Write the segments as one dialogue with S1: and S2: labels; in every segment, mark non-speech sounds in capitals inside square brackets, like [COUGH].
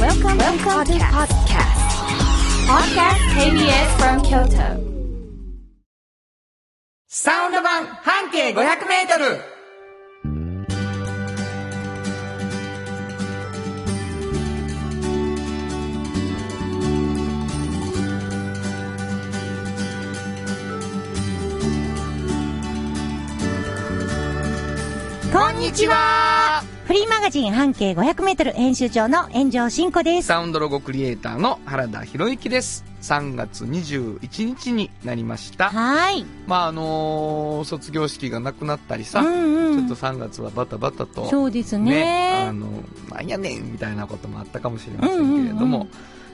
S1: Welcome, to the podcast. Podcast KBS from Kyoto.
S2: サウンド版半径500メートル
S3: こんにちはフリーマガジン半径500メートル編集長の炎上真子です。
S2: サウンドロゴクリエイターの原田博之です。3月21日になりました。
S3: はーい。
S2: まああのー卒業式がなくなったりさ、
S3: うんう
S2: ちょ
S3: ん
S2: っと3月はバタバタと、
S3: そうですね。
S2: ねあの、なんやねんみたいなこともあったかもしれませんけれど
S3: うんう
S2: も、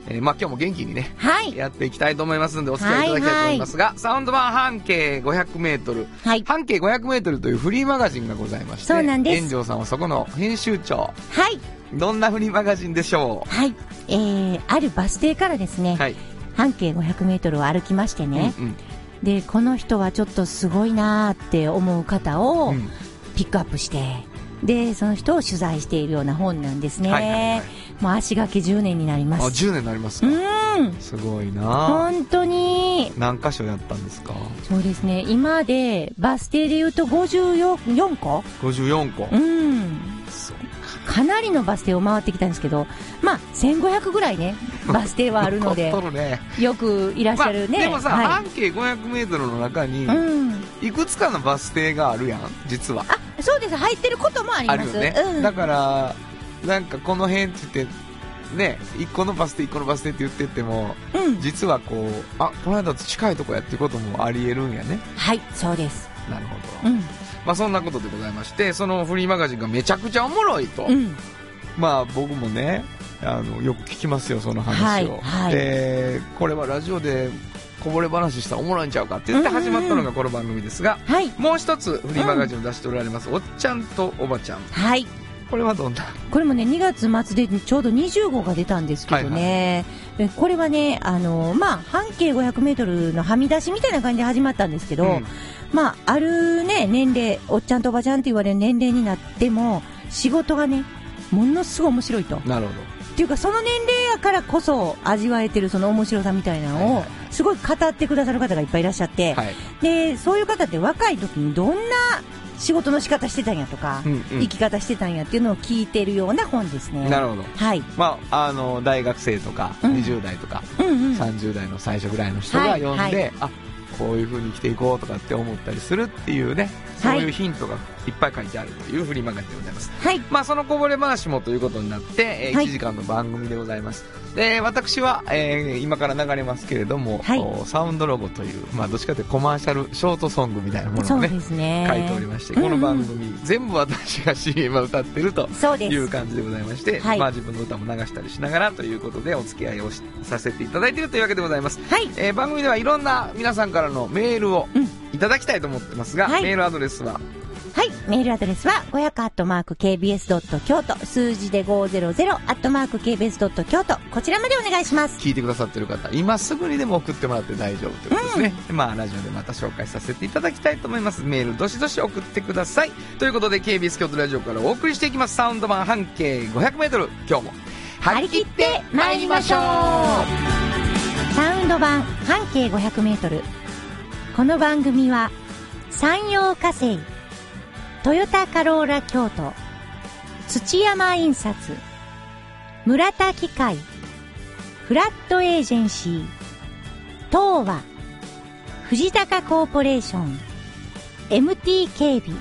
S2: えーまあ今日も元気にね、
S3: はい。
S2: やっていきたいと思いますんでお付き合いいただきたいと思いますが、サウンド版半径500メートル、
S3: はい。
S2: 半径500メートルというフリーマガジンがございまして、
S3: そうなんです
S2: 炎上さんはそこの編集長、
S3: はい。
S2: どんなフリーマガジンでしょ
S3: はい。えー、あるバス停からですね、
S2: うはい。
S3: 半径500メートルを歩きましてね、
S2: うん
S3: で、この人はちょっとすごいなーって思う方
S2: う
S3: を
S2: んうん
S3: ピックアップして、で、その人を取材しているような本なんですね。
S2: はいはいはい
S3: もう足掛け10年になりま
S2: あ、
S3: す。
S2: 10年になります
S3: う
S2: か。
S3: ん。
S2: すごいな
S3: 本当に、
S2: 何箇所やったんですか
S3: そうですね。今で、バス停で言うと54個
S2: ?54 個
S3: う。ん。
S2: そう
S3: かなりのバス停を回ってきたんですけど、まあ、1500ぐらいね、バス停はあるの
S2: [LAUGHS]
S3: で
S2: 取、るね。
S3: よくいらっし
S2: ま
S3: ゃ
S2: あ、
S3: る
S2: で
S3: ね。
S2: もさ、
S3: は
S2: 半径500メートルの中
S3: い、
S2: に、
S3: うん。
S2: いくつかのバス停があるやん、実は。
S3: あ、そうです。入ってることもありま
S2: あるよ
S3: す。
S2: ね、
S3: うん。
S2: だからなんかこの辺って言ってね一個のバス停一個のバス停って言ってても
S3: うん。
S2: 実はこうあこの間と近いとこやってこともありえるんやね
S3: はい、そうです。
S2: なるほ
S3: う
S2: ど、
S3: ん。
S2: まあそんなことでございましてそのフリーマガジンがめちゃくちゃおもろいと、
S3: うん。
S2: まあ僕もねあのよく聞きますよその話を、
S3: はいはい
S2: でこれはラジオでこぼれ話したらおもろいんちゃうかって言って始まったのがこの番組ですが、
S3: はい。
S2: もう一つフリーマガジンを出しておられます、おっちゃんとおばちゃん
S3: はい。
S2: これはどんな
S3: これもね、2月末でちょうど20号が出たんですけどね、えこれはね、あの、まあ、半径500メートルのはみ出しみたいな感じで始まったんですけど、
S2: うん
S3: まあ、あるね、年齢、おっちゃんとおばちゃんって言われる年齢になっても、仕事がね、ものすごい面白いと。っ
S2: なるほど
S3: ていうか、その年齢やからこそ味わえてるその面白さみたいなの
S2: は
S3: を
S2: いはい、
S3: すごい語ってくださる方がいっぱいいらっしゃって、
S2: はい
S3: で、そういう方って若い時にどんな仕事の仕方してたんやとか、
S2: うんうん
S3: 生き方してたんやっていうのを聞いてるような本ですね。
S2: なるほど、
S3: はい。
S2: まあ、あの大学生とか
S3: うん
S2: 20代とか
S3: うんうん。
S2: 30代の最初ぐらいの人が
S3: は
S2: 読
S3: い
S2: んで、
S3: はい
S2: あこういう風に生きていこうとかって思ったりするっていうねそうい
S3: は
S2: う
S3: い
S2: ヒントがいっぱい書いてあるというフリーマガジンでございます、
S3: はい。
S2: まあ、そのこぼれ話もということになって、えー
S3: はい
S2: 1時間の番組でございますで私は、えー今から流れますけれども、
S3: はい
S2: おサウンドロゴという、まあ、どっちかというとコマーシャルショートソングみたいなもの
S3: そ
S2: を
S3: う
S2: ね
S3: ですね。
S2: 書いておりまして、
S3: うんうん
S2: この番組全部私が CM を歌ってると
S3: そうで
S2: いう
S3: す。
S2: 感じでございまして、
S3: はい
S2: まあ自分の歌も流したりしながらということでお付き合いをしさせていただいているというわけでございます、
S3: はい。
S2: えー番組ではいろんな皆さんからのメールを
S3: うん
S2: いただきたいと思ってますが、
S3: はい
S2: メールアドレスは
S3: はい。メールアドレスは、500-kbs.kyoto、数字で 500-kbs.kyoto、こちらまでお願いします。
S2: 聞いてくださってる方今すぐにでも送ってもらって大丈夫ということですね、まあラジオでまた紹介させていただきたいと思いますメールどしどし送ってくださいということで KBS 京都ラジオからお送りしていきますサウンド版半径 500m 今日も張
S3: 張り切って参りましょうサウンド版半径500メートル。この番組は、山陽火星、トヨタカローラ京都、土山印刷、村田機械、フラットエージェンシー、東和、藤高コーポレーション、MT 警備、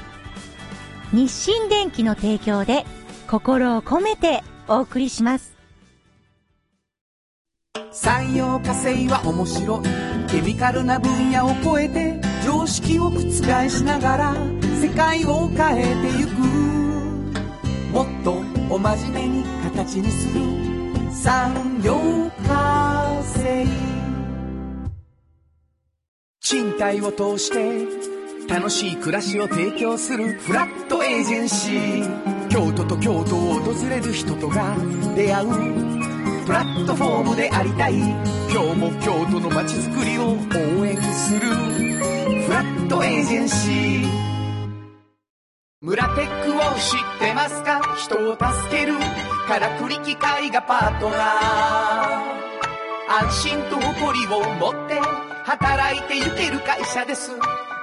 S3: 日清電機の提供で心を込めてお送りします。
S4: 産業化成は面白いケミカルな分野を超えて常識を覆しながら世界を変えてゆくもっとお真面目に形にする産業化成賃貸を通して楽しい暮らしを提供するフラットエージェンシー京都と京都を訪れる人とが出会うプラットフォームでありたい今日も京都の街づくりを応援するフラットエージェンシー村テックを知ってますか人を助けるからくり機械がパートナー安心と誇りを持って働いてゆける会社です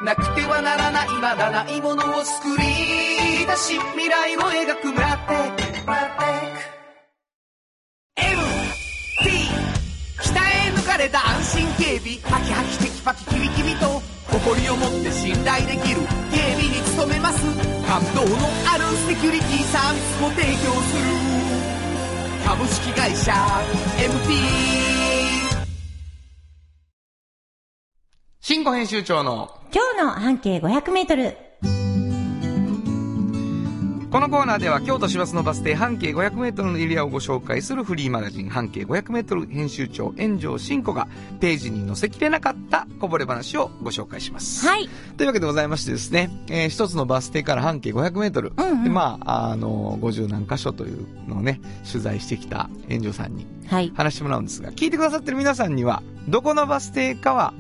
S4: なくてはならないまだないものを作り出し未来を描く村テック村テック MT 鍛え抜かれた安心警備ハキハキテキパキキビキビと誇りを持って信頼できる警備に努めます感動のあるセキュリティサービスも提供する株式会社 MT
S2: 新語編集長の
S3: 今日の半径500メートル。
S2: このコーナーでは京都市バスのバス停半径 500m のエリアをご紹介するフリーマガジン半径 500m 編集長炎上真子がページに載せきれなかったこぼれ話をご紹介します。
S3: はい。
S2: というわけでございましてですね、えー一つのバス停から半径 500m、
S3: うんうん
S2: でまあ、あの、50何箇所というのをね、取材してきた炎上さんに
S3: はい。
S2: 話してもらうんですが、聞いてくださってる皆さんには、どこのバス停かは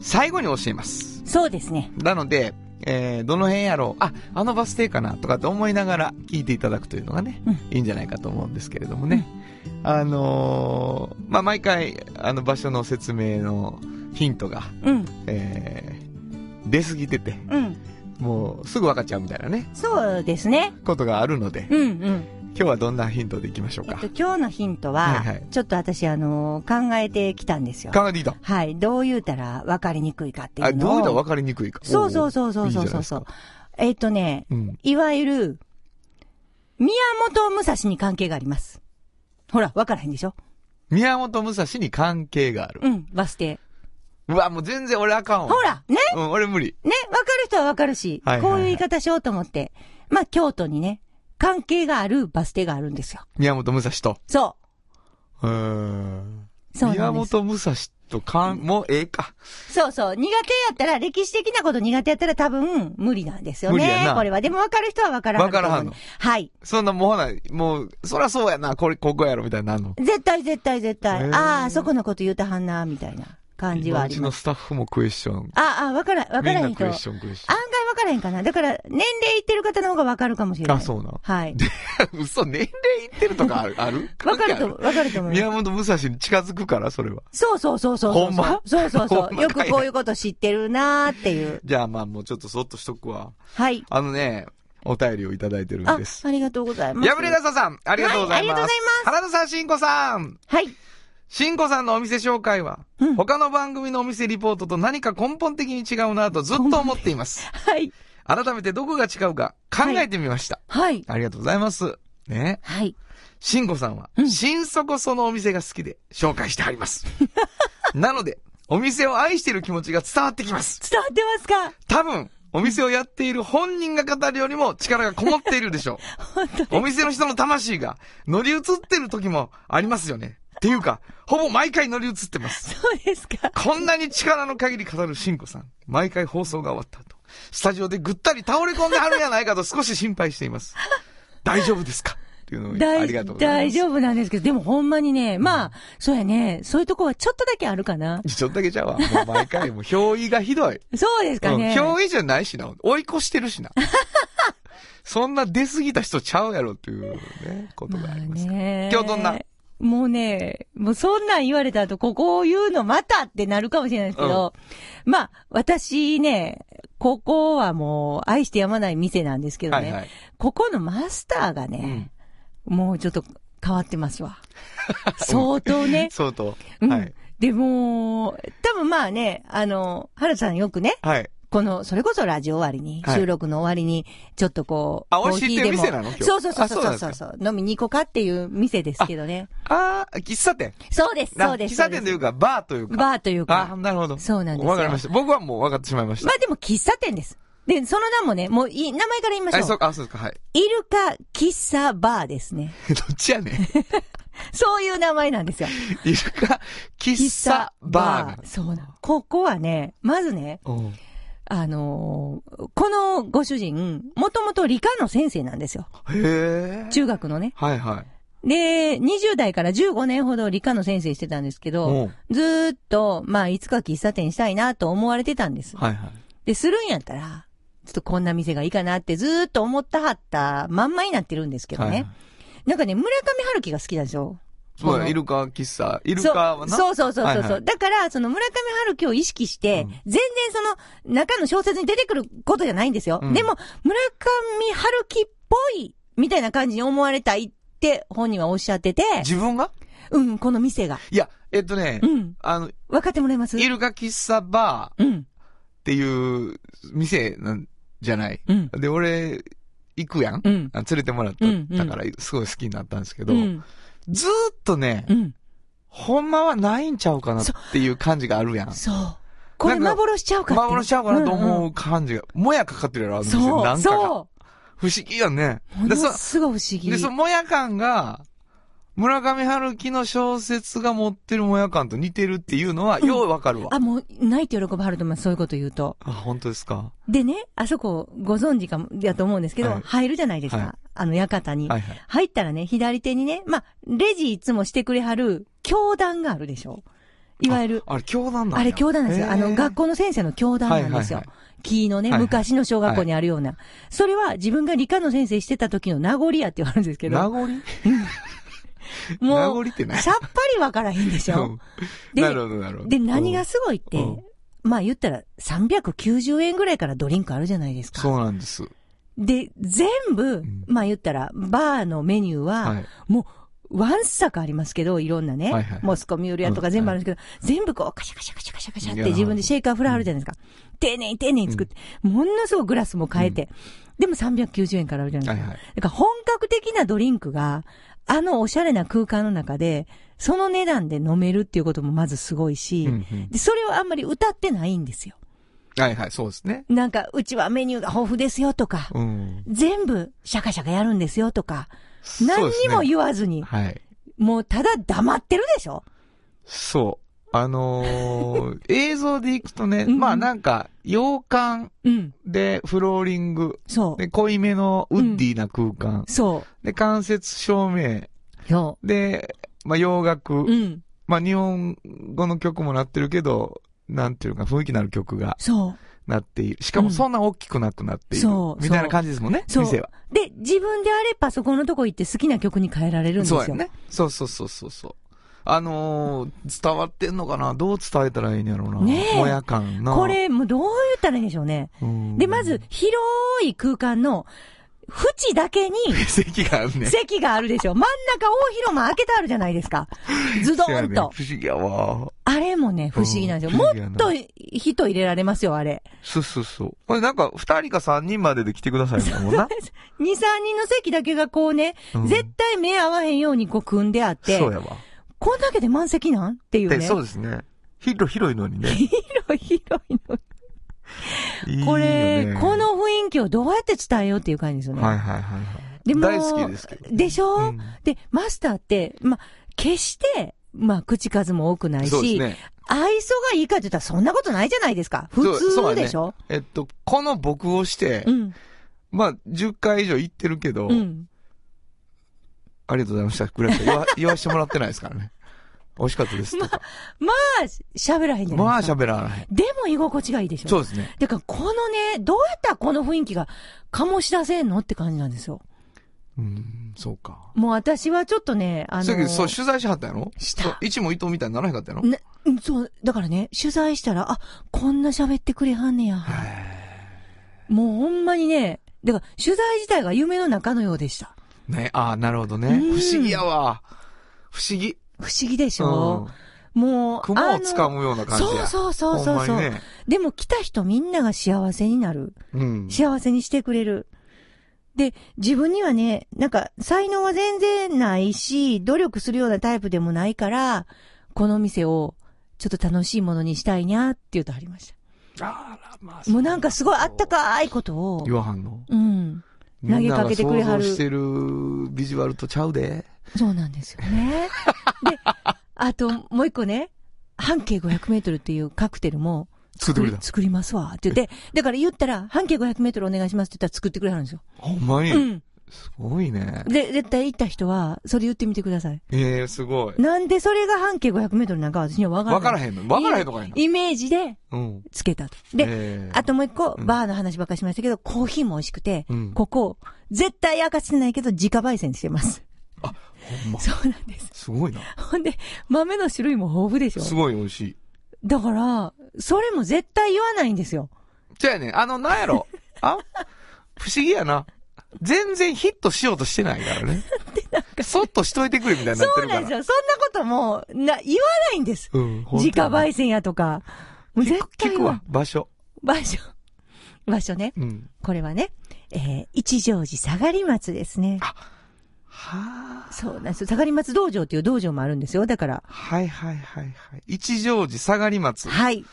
S2: 最後に教えます。
S3: そうですね。
S2: なので、えーどの辺やろう、あ、あのバス停かなとかって思いながら聞いていただくというのがね、
S3: うん
S2: いいんじゃないかと思うんですけれどもね。あのーまあ、毎回、あの場所の説明のヒントが、
S3: うん。
S2: えー出過ぎてて、
S3: うん。
S2: もうすぐ分かっちゃうみたいなね、
S3: そうですね。
S2: ことがあるので、
S3: うんうん。
S2: 今日はどんなヒントでいきましょう
S3: えっ
S2: か
S3: と、。今日のヒントは、
S2: はいはい
S3: ちょっと私、あのー考えてきたんですよ。
S2: 考えていいと。
S3: はい。どう言うたら分かりにくいかってい
S2: あ、
S3: う
S2: どう
S3: の
S2: い
S3: を。
S2: うの分かりにくいか。
S3: そうそ
S2: おー
S3: うそうそうそうそうそう。えっとね、
S2: うん。
S3: いわゆる、宮本武蔵に関係があります。ほら、分からへんでしょ
S2: 宮本武蔵に関係がある。
S3: うん、バス停。
S2: うわ、もう全然俺あかんわ。
S3: ほらね
S2: うん、俺無理。
S3: ね、分かる人は分かるし、
S2: はいはいは
S3: こ
S2: い
S3: ういう言い方しようと思って、まあ、京都にね、関係があるバス停があるんですよ。
S2: 宮本武蔵と。
S3: そう
S2: ーん。
S3: う。そうな
S2: 宮
S3: んです。
S2: 本武蔵とかん、もうええか。
S3: そうそう。苦手やったら、歴史的なこと苦手やったら多分無理なんですよ
S2: 無理や
S3: ね
S2: な。
S3: これは。でも分かる人は分からはると思う
S2: 分からはんの
S3: はい。
S2: そんなもうほな、もう、そらそうやな、これ、ここやろ、みたいになるの。
S3: 絶対絶対絶対。
S2: へー
S3: ああ、そこのこと言うたはんな、みたいな感じは
S2: 今
S3: あ
S2: う
S3: り
S2: ち
S3: ま
S2: の
S3: す。
S2: スタッフもクエスチョン。
S3: ああ、分から、分からへ
S2: み
S3: ん
S2: んなク
S3: 人。案
S2: エ
S3: 外
S2: スチョン、クエスチ
S3: 分からへんかな。だから、年齢いってる方の方が分かるかもしれ
S2: ョン。
S3: ない。
S2: あ、そうな。
S3: はい。
S2: [LAUGHS] 嘘、年齢いってると
S3: [LAUGHS]
S2: かあるある
S3: 分かると、
S2: 関係あ
S3: 分かると思います
S2: 宮。本武蔵に近づくから、それは。
S3: そうそうそうそうそう。
S2: ほんま
S3: そうそうそ。
S2: [LAUGHS] ほんまかいうな
S3: よくこういうこと知ってるなーっていう。
S2: じゃあまあもうちょっとそっとしとくわ。
S3: はい。
S2: あのね、お便りをいただいてるん
S3: あ
S2: で、す。
S3: ありがとうございます。
S2: やぶれだささん、ありがとうご
S3: はい
S2: ざいます。
S3: ありがとうございます
S2: 原田さん、しんこさん。
S3: はい。
S2: しんこさんのお店紹介は、
S3: うん
S2: 他の番組のお店リポートと何か根本的に違うなとずっと思っています。
S3: はい。
S2: 改めてどこが違うか考えてみました。
S3: はい。
S2: ありがとうございます。ね。
S3: はい。
S2: しんこさんは、
S3: うん
S2: 心底そのお店が好きで紹介してあり
S3: [LAUGHS]
S2: ます。なので、お店を愛している気持ちが伝わってきます。
S3: 伝わってますか
S2: 多分、お店をやっている本人が語るよりも力がこもっているでしょ
S3: [LAUGHS] 本当
S2: う。お店の人の魂が乗り移ってる時もありますよね。っていうか、ほぼ毎回乗り移ってます。
S3: そうですか。
S2: こんなに力の限り語るシンコさん。毎回放送が終わった後、スタジオでぐったり倒れ込んではるんやないかと少し心配しています。大丈夫ですかっていうのをありがとうございま
S3: 大
S2: す。
S3: 丈夫なんですけど、でもほんまにね、まあ、そうやね、そういうとこはちょっとだけあるかな。
S2: ちょっとだけちゃうわ。もう毎
S3: [LAUGHS]
S2: 回、もう表意がひどい。
S3: そうですかね。
S2: うん表意じゃないしな。追い越してるしな。 [LAUGHS] そんな出過ぎた人ちゃうやろっていうね、ことが
S3: ま
S2: あ
S3: あ
S2: ります。
S3: ね。
S2: 今日どんな
S3: もうね、もうそんなん言われた後、ここを言うのまたってなるかもしれないですけど、まあ、私ね、ここはもう愛してやまない店なんですけどね、
S2: はいはい。
S3: ここのマスターが
S2: う
S3: ね
S2: ん、
S3: もうちょっと変わってます
S2: [LAUGHS]
S3: わ。相当ね。
S2: 相当。
S3: うん。
S2: はい。
S3: でも、多分まあね、あの、原田さんよくね、
S2: はい。
S3: この、それこそラジオ終わりに、
S2: はい
S3: 収録の終わりに、ちょっとこう、
S2: あ
S3: コーヒーでも
S2: 美味しいっていう店なの今日
S3: そうそうそう
S2: あそうな
S3: そ
S2: ん
S3: う
S2: です
S3: そう
S2: か
S3: そう飲みに行こうかっていう店ですけどね。
S2: あー、喫茶店。
S3: そうです、
S2: な
S3: そうです。
S2: 喫茶店というか、バーというか。
S3: バーという
S2: あ、
S3: か。
S2: なるほど。
S3: そうなんですよ
S2: わかりました。僕はもう分かってしまいました
S3: ま。あでも喫茶店です。で、その名もね、もういい、名前から言いまし
S2: あ、そ
S3: ょ
S2: う
S3: う。
S2: か、あ、そうですか、はい。 [LAUGHS]
S3: イルカ喫茶バーですね。
S2: どっちやねん。
S3: [LAUGHS] そういう名前なんですよ。
S2: イルカ、喫茶、バー
S3: そうなの。ここはね、まずね、
S2: ガー。うん
S3: あのーこのご主人、もともと理科の先生なんですよ。
S2: へえ。
S3: 中学のね。
S2: はいはい。
S3: で、20代から15年ほど理科の先生してたんですけ
S2: う
S3: ど、
S2: ん。
S3: ずーっと、まあ、いつか喫茶店したいなと思われてたんです。
S2: はいはい。
S3: で、するんやったら、ちょっとこんな店がいいかなってずーっと思ったはったまんまになってるんですけどね。
S2: はい
S3: なんかね、村上春樹が好きなんですよ。
S2: そう
S3: こ
S2: や、
S3: の
S2: イルカ喫茶。イルカはな。
S3: そうそうそうそうそう、
S2: はいはい
S3: だから、その村上春樹を意識して、
S2: うん
S3: 全然その中の小説に出てくることじゃないんですよ。
S2: うん
S3: でも、村上春樹っぽい、みたいな感じに思われたいって本人はおっしゃってて、
S2: 自分が
S3: うん、この店が。
S2: いや、えっとね
S3: う、ん。
S2: あの、
S3: 分かってもらえます
S2: イルカ喫茶バーっ
S3: うん。
S2: ていう店なんじゃない。
S3: うん。
S2: で、俺、行くやん。
S3: うん。
S2: あ連れてもらった、
S3: うんうん
S2: だから、すごい好きになったんですけど、
S3: うん。
S2: ずーっとね、
S3: うん。
S2: ほんまはないんちゃうかなっていう感じがあるやん。
S3: そう。これ
S2: なんか
S3: 幻ちゃうかって
S2: 幻しちゃうかな
S3: ん
S2: と思
S3: ん
S2: う感じが、もやかかってるやろ、あの店。
S3: そ
S2: な
S3: う、
S2: んかが。
S3: そ
S2: 不思議やね
S3: う。。も
S2: で、
S3: の
S2: そ、
S3: すごい不思議。
S2: で、そのもや感が、村上春樹の小説が持ってるもや感と似てるっていうのは、ようわかるわ。
S3: あ、もう、ないって喜ばはると思います。そういうこと言うと。
S2: あ、本当ですか。
S3: でね、あそこ、ご存知かも、やと思うんですけど、
S2: はい
S3: 入るじゃないですか。
S2: はい
S3: あの、館に。
S2: はいはい。
S3: 入ったらね、左手にね、まあ、レジいつもしてくれはる、教団があるでしょいわゆる、
S2: あれ、教団なんや
S3: あれ教団なんですよ。あの、学校の先生の教団なんですよ。
S2: はいはい
S3: 木のね、
S2: はいはい
S3: 昔の小学校にあるような。それは自分が理科の先生してた時の名残やって言われるんですけ
S2: 名
S3: ど、
S2: 残名
S3: も
S2: 残
S3: う、
S2: ってない。
S3: さっぱりわからへんでしょ。
S2: [LAUGHS] うん
S3: で
S2: なるほど、なるほど。
S3: で、何がすごいっ
S2: う
S3: て
S2: ん、
S3: まあ言ったら390円ぐらいからドリンクあるじゃないです
S2: そ
S3: か。
S2: うなんです。
S3: で、全部
S2: ん、
S3: まあ言ったら、バーのメニュー
S2: は、
S3: はいもう、ワンサかありますけど、いろんなね、
S2: はいはい
S3: モスコミュールやとか全部あるんですけど、全部こう、カシャカシャカシャカシャカシャっ
S2: い
S3: て
S2: やー
S3: 自分でシェイカー振らはるじゃないですか。丁寧に丁寧に作って、ものすごいグラスも変えて、でも390円からあるじゃないですか。
S2: はいは
S3: だから本格的なドリンクが、あのおしゃれな空間の中で、その値段で飲めるっていうこともまずすごいし、
S2: うんうん
S3: でそれをあんまり歌ってないんですよ。
S2: はいはい、そうですね。
S3: なんか、うちはメニューが豊富ですよとか、
S2: うん。
S3: 全部シャカシャカやるんですよとか、
S2: そう
S3: 何
S2: です
S3: に
S2: ね
S3: も言わずに、
S2: はい。
S3: もうただ黙ってるでしょ
S2: そう。あの
S3: [LAUGHS]
S2: ー、映像でいくとね、
S3: んうん
S2: まあなんか、洋館
S3: うん。
S2: でフローリング、
S3: そう。
S2: で、濃いめのウッディな空間、
S3: そ
S2: で、間接照明、
S3: う。よ
S2: で、まあ洋楽、
S3: う。うん。
S2: まあ日本語の曲もなってるけど、なんていうか雰囲気のある曲が
S3: そ
S2: なっている。しかもそんな大きくなくなっている。
S3: うんそう
S2: みたいな感じですもんね、
S3: そう
S2: 店は。
S3: う。で、自分であればそこのとこ行って好きな曲に変えられるんです
S2: そ
S3: よ。
S2: うやね。そうそうそうそうそう。あのー、伝わってんのかなどう伝えたらいいんやろうな。
S3: ねえ
S2: もや感な。
S3: こ、れ、もうどう言ったらいいんでしょうね。で、ま、ず、広い空間の、縁だ
S2: [LAUGHS]
S3: けに、
S2: 席があるね。
S3: 席があるでしょ。真ん中大広間開けてあるじゃないです
S2: [LAUGHS]
S3: か。ズド
S2: そうや
S3: ーン
S2: ね
S3: と。
S2: 不思議やわ。
S3: あれもね、不思議なんですよ。
S2: うん不
S3: も
S2: 思議やな
S3: っと人入れられますよ、あれ。
S2: そうそうそう。これなんか、二人か三人までで来てくださいね
S3: [LAUGHS]
S2: もんな。
S3: 2、3人の席だけがこうね、
S2: うん
S3: 絶対目合わへんようにこう組んであって、
S2: そうやわ。
S3: こんだけで満席なんっていう
S2: で、
S3: ね。
S2: そうですね。広、広いのにね。
S3: 広い広いの。
S2: い
S3: [LAUGHS]
S2: い
S3: これ
S2: よね
S3: この雰囲気をどうやって伝えようっていう感じですよね。
S2: はいはいはいはい。
S3: でも
S2: 大好きですけど。
S3: でしょ、
S2: うん
S3: で、マスターって、ま、決して、まあ、口数も多くない
S2: そうで
S3: し、
S2: すね。
S3: 愛想がいいかって言ったらそんなことないじゃないですか。普
S2: そう
S3: 通
S2: だね
S3: でしょ
S2: えっと、この僕をして、
S3: うん。
S2: まあ、10回以上行ってるけど、
S3: うん。
S2: ありがとうございました。くれ
S3: [LAUGHS]
S2: 言わ、言わしてもらってないですからね。美味しかったですとか。
S3: まあ、喋らへんじゃ
S2: ま
S3: ない
S2: あ、
S3: ですか。
S2: 喋らない。
S3: でも居心地がいいでしょ
S2: そうですね。
S3: だからこのね、どうやったらこの雰囲気が醸し出せんのって感じなんですよ。
S2: うん、そうか。
S3: もう私はちょっとね、あの
S2: そうやけど、そう、取材しはったやろ
S3: した
S2: そう一問一答みたいにならへんかったやろ
S3: ねうんそう、だからね、取材したら、あ、こんな喋ってくれはんねや。もうほんまにね、だから取材自体が夢の中のようでした。
S2: ね、ああ、なるほどね。
S3: うん
S2: 不思議やわ。不思議。
S3: 不思議でし
S2: うん
S3: ょ、もう、
S2: 雲をつか
S3: む
S2: むような感じ
S3: そう
S2: や。
S3: そうそう
S2: ほん
S3: そう
S2: ま
S3: そ
S2: に
S3: う、
S2: ね。
S3: でも来た人みんなが幸せになる。
S2: うん。
S3: 幸せにしてくれる。で、自分にはね、なんか、才能は全然ないし、努力するようなタイプでもないから、この店を、ちょっと楽しいものにしたいにゃって言うとありまし
S2: あら、まあ
S3: た。もうなんかすごいあったかいことを
S2: 言、わはんの
S3: うん。投げかけてくれはる
S2: みんなが想像してるビジュアルとちゃうで。
S3: そうなんですよ
S2: [LAUGHS]
S3: ね。で、あと、もう一個ね、半径500メートルっていうカクテルも、
S2: 作ってくれた。
S3: 作りますわ、って言って、だから言ったら、半径500メートルお願いしますって言ったら作ってくれはるんですよ。
S2: ほんまに。
S3: うん。
S2: すごいね。
S3: で、絶対行った人は、それ言ってみてください。
S2: ええすごい。
S3: なんでそれが半径500メートルなんか私にはわからない。
S2: わからへんのわからへんのかいな
S3: イメージで、
S2: うん。
S3: つけたと。で、
S2: えー
S3: あともう一個、
S2: うん
S3: バーの話ばっかりしましたけど、コーヒーも美味しくて、
S2: うん
S3: ここ、絶対明かしてないけど、自家焙煎してます。 [LAUGHS]
S2: ほんま、
S3: そうなんです。
S2: すごいな。
S3: ほんで、豆の種類も豊富でし
S2: す
S3: ょ
S2: ごい美味しい。
S3: だから、それも絶対言わないんですよ。
S2: じゃあね、あの、なんや [LAUGHS] ろ。あ不思議やな。全然ヒットしようとしてないから [LAUGHS] ね。そっとしといてくれみたいになっ
S3: そ
S2: て
S3: う
S2: るか
S3: なん
S2: ら。
S3: ですよ。そんなことも、な、言わないんです。
S2: うん、ほんと
S3: 自
S2: や
S3: 家
S2: な
S3: 焙煎やとか。もう絶
S2: 聞く
S3: 対
S2: 聞くわ、場所。
S3: 言わない。場所。場所ね。
S2: うん。
S3: これはね、えー一乗寺下がり松ですね。
S2: はあ。
S3: そうなんですよ。下がり松道場っていう道場もあるんですよ。だから。
S2: はいはいはいはい。一乗寺下がり松。
S3: はい。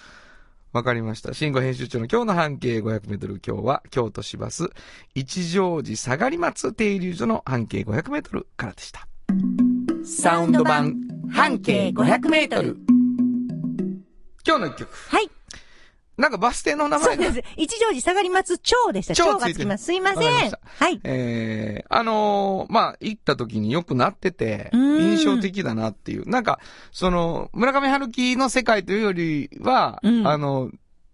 S2: わかりました。慎吾編集長の今日の半径500メートル。今日は京都市バス、一乗寺下がり松停留所の半径500メートルからでした。
S4: サウンド版半径500メートル
S2: 今日の一曲。
S3: はい。
S2: なんかバス停の名
S3: そう
S2: 前
S3: で
S2: が。
S3: す。一乗寺下がり松町でした。
S2: 町
S3: 町がつきます。すいませ
S2: わかりま
S3: ん。
S2: した
S3: はい。
S2: えー、あのーまあ、行った時によくなってて、
S3: うん
S2: 印象的だなっていう。なんか、その、村上春樹の世界というよりは、
S3: うん
S2: あの、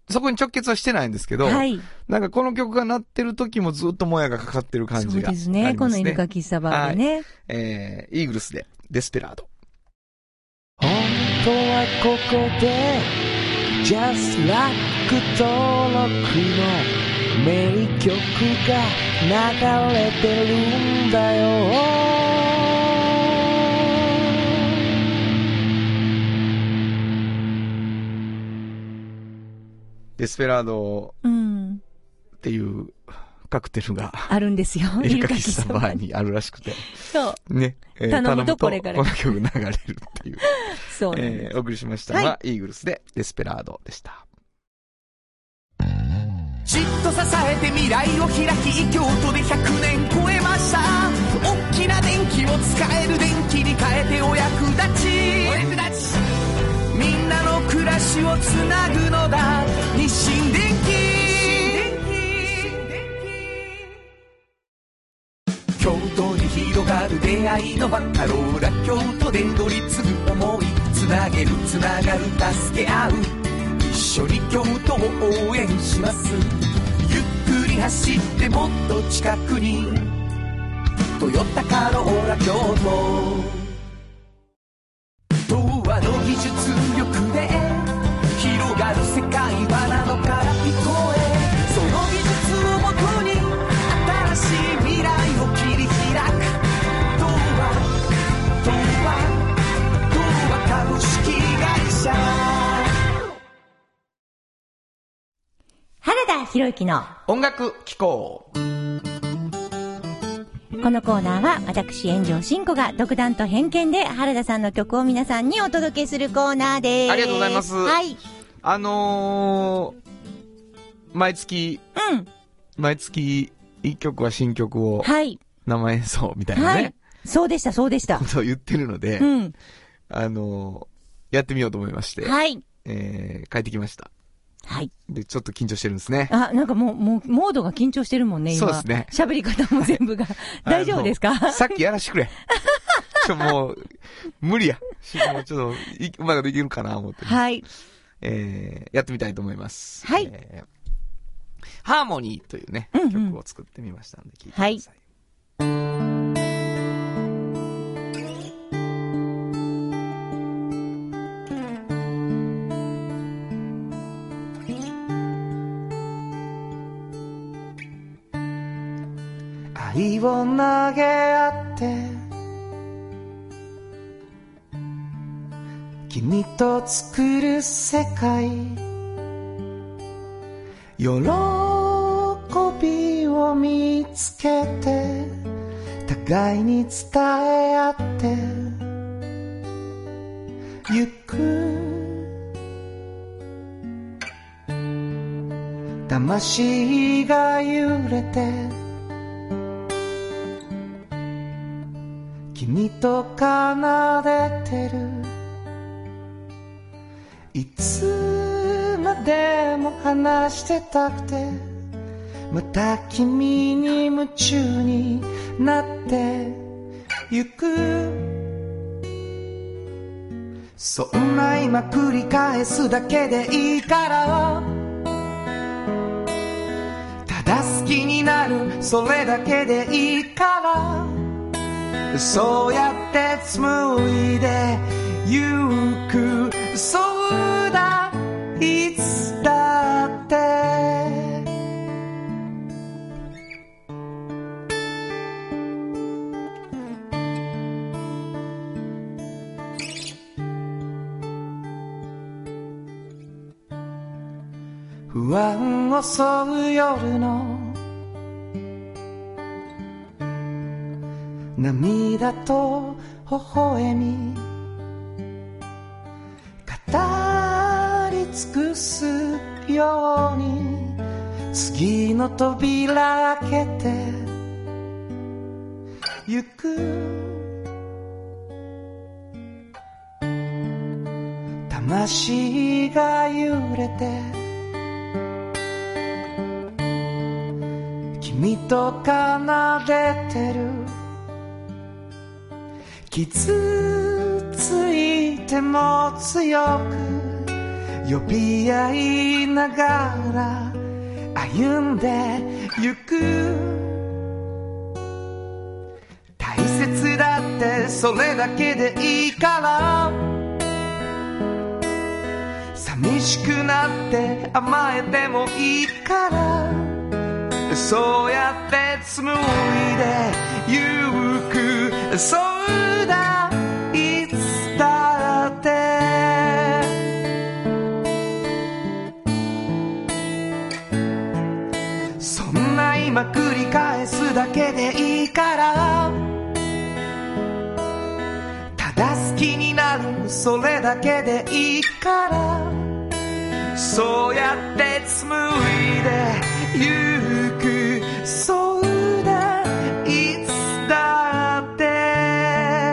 S2: そこに直結はしてないんですけど、
S3: はい。
S2: なんかこの曲が鳴ってる時もずっともやがかかってる感
S3: そう
S2: じがあ
S3: で
S2: りますす
S3: ね。
S2: ね。
S3: この犬か喫茶バーでね。
S2: えー、イーグルスで、デスペラード。
S4: 本当はここで Just Rock 登録の名曲が流れてるんだよ
S2: デスペラード
S3: うん。
S2: っていうカクテルが、
S3: あるんですよ。
S2: イ
S3: 犬
S2: ルカ
S3: か
S2: 喫
S3: 喫
S2: 茶
S3: 茶
S2: バ
S3: バ
S2: ー
S3: ーに。
S2: にあるらしくて、
S3: そう。
S2: ね。えー
S3: 頼むと
S2: 頼むと
S3: これから
S2: この曲流れるっていう。
S3: そうなんです
S2: えーお送りしました
S3: は
S2: の
S3: い
S2: は、イーグルスでデスペラードでした。
S4: じっと支えて未来を開き京都で100年超えました大きな電気を使える電気に変えてお役立ちお役立ちみんなの暮らしをつなぐのだ日清電気京都に広がる出会いのバカローラ京都で乗り継ぐ思いつなげるつながる助け合う一緒に京都を応援しますゆっくり走ってもっと近くに「トヨタカローラ京都」童話の技術力で広がる世界はなのから聞こえその技術をもとに新しい未来を切り開く童話童話童話株式会社
S3: 原田博之の
S2: 音楽機構。
S3: このコーナーは私炎上真子が独断と偏見で原田さんの曲を皆さんにお届けするコーナーです。
S2: ありがとうございます
S3: はい。
S2: あのー、毎月、
S3: うん。
S2: 毎月、一曲は新曲を
S3: はい。
S2: 生演奏みたいな
S3: は
S2: ね、
S3: い。そうでした、そうでした
S2: こ。とを言ってるので、
S3: うん。
S2: あのー、やってみようと思いまして、
S3: はい。
S2: えー、帰ってきました。
S3: はい。
S2: で、ちょっと緊張してるんですね。
S3: あ、なんかもう、もう、モードが緊張してるもんね、今。
S2: そうですね
S3: 喋り方も全部
S2: [LAUGHS]
S3: が。大丈夫ですか
S2: あのさっきやら
S3: [LAUGHS]
S2: してくれ。ちょ、もう、無理や。しもうちょっと、いうまくできるかな、思って。
S3: はい。
S2: えーやってみたいと思います。
S3: はい
S2: えーハーモニーというね、
S3: うんうん
S2: 曲を作ってみましたんで、聴いてください。
S3: は
S4: 愛を投げ合って君と作る世界喜びを見つけて互いに伝え合ってゆく魂が揺れて君と奏でてるいつまでも話してたくてまた君に夢中になってゆくそんな今繰り返すだけでいいからただ好きになるそれだけでいいからそうやって紡いでゆくそうだいつだって不安を襲う夜の涙と微笑み語り尽くすように次の扉開けてゆく魂が揺れて君と奏でてる傷ついても強く呼び合いながら歩んでゆく大切だってそれだけでいいから寂しくなって甘えてもいいからそうやって紡いでゆくそうだいつだってそんな今繰り返すだけでいいからただ好きになるそれだけでいいからそうやって紡いでゆくそうだいつだって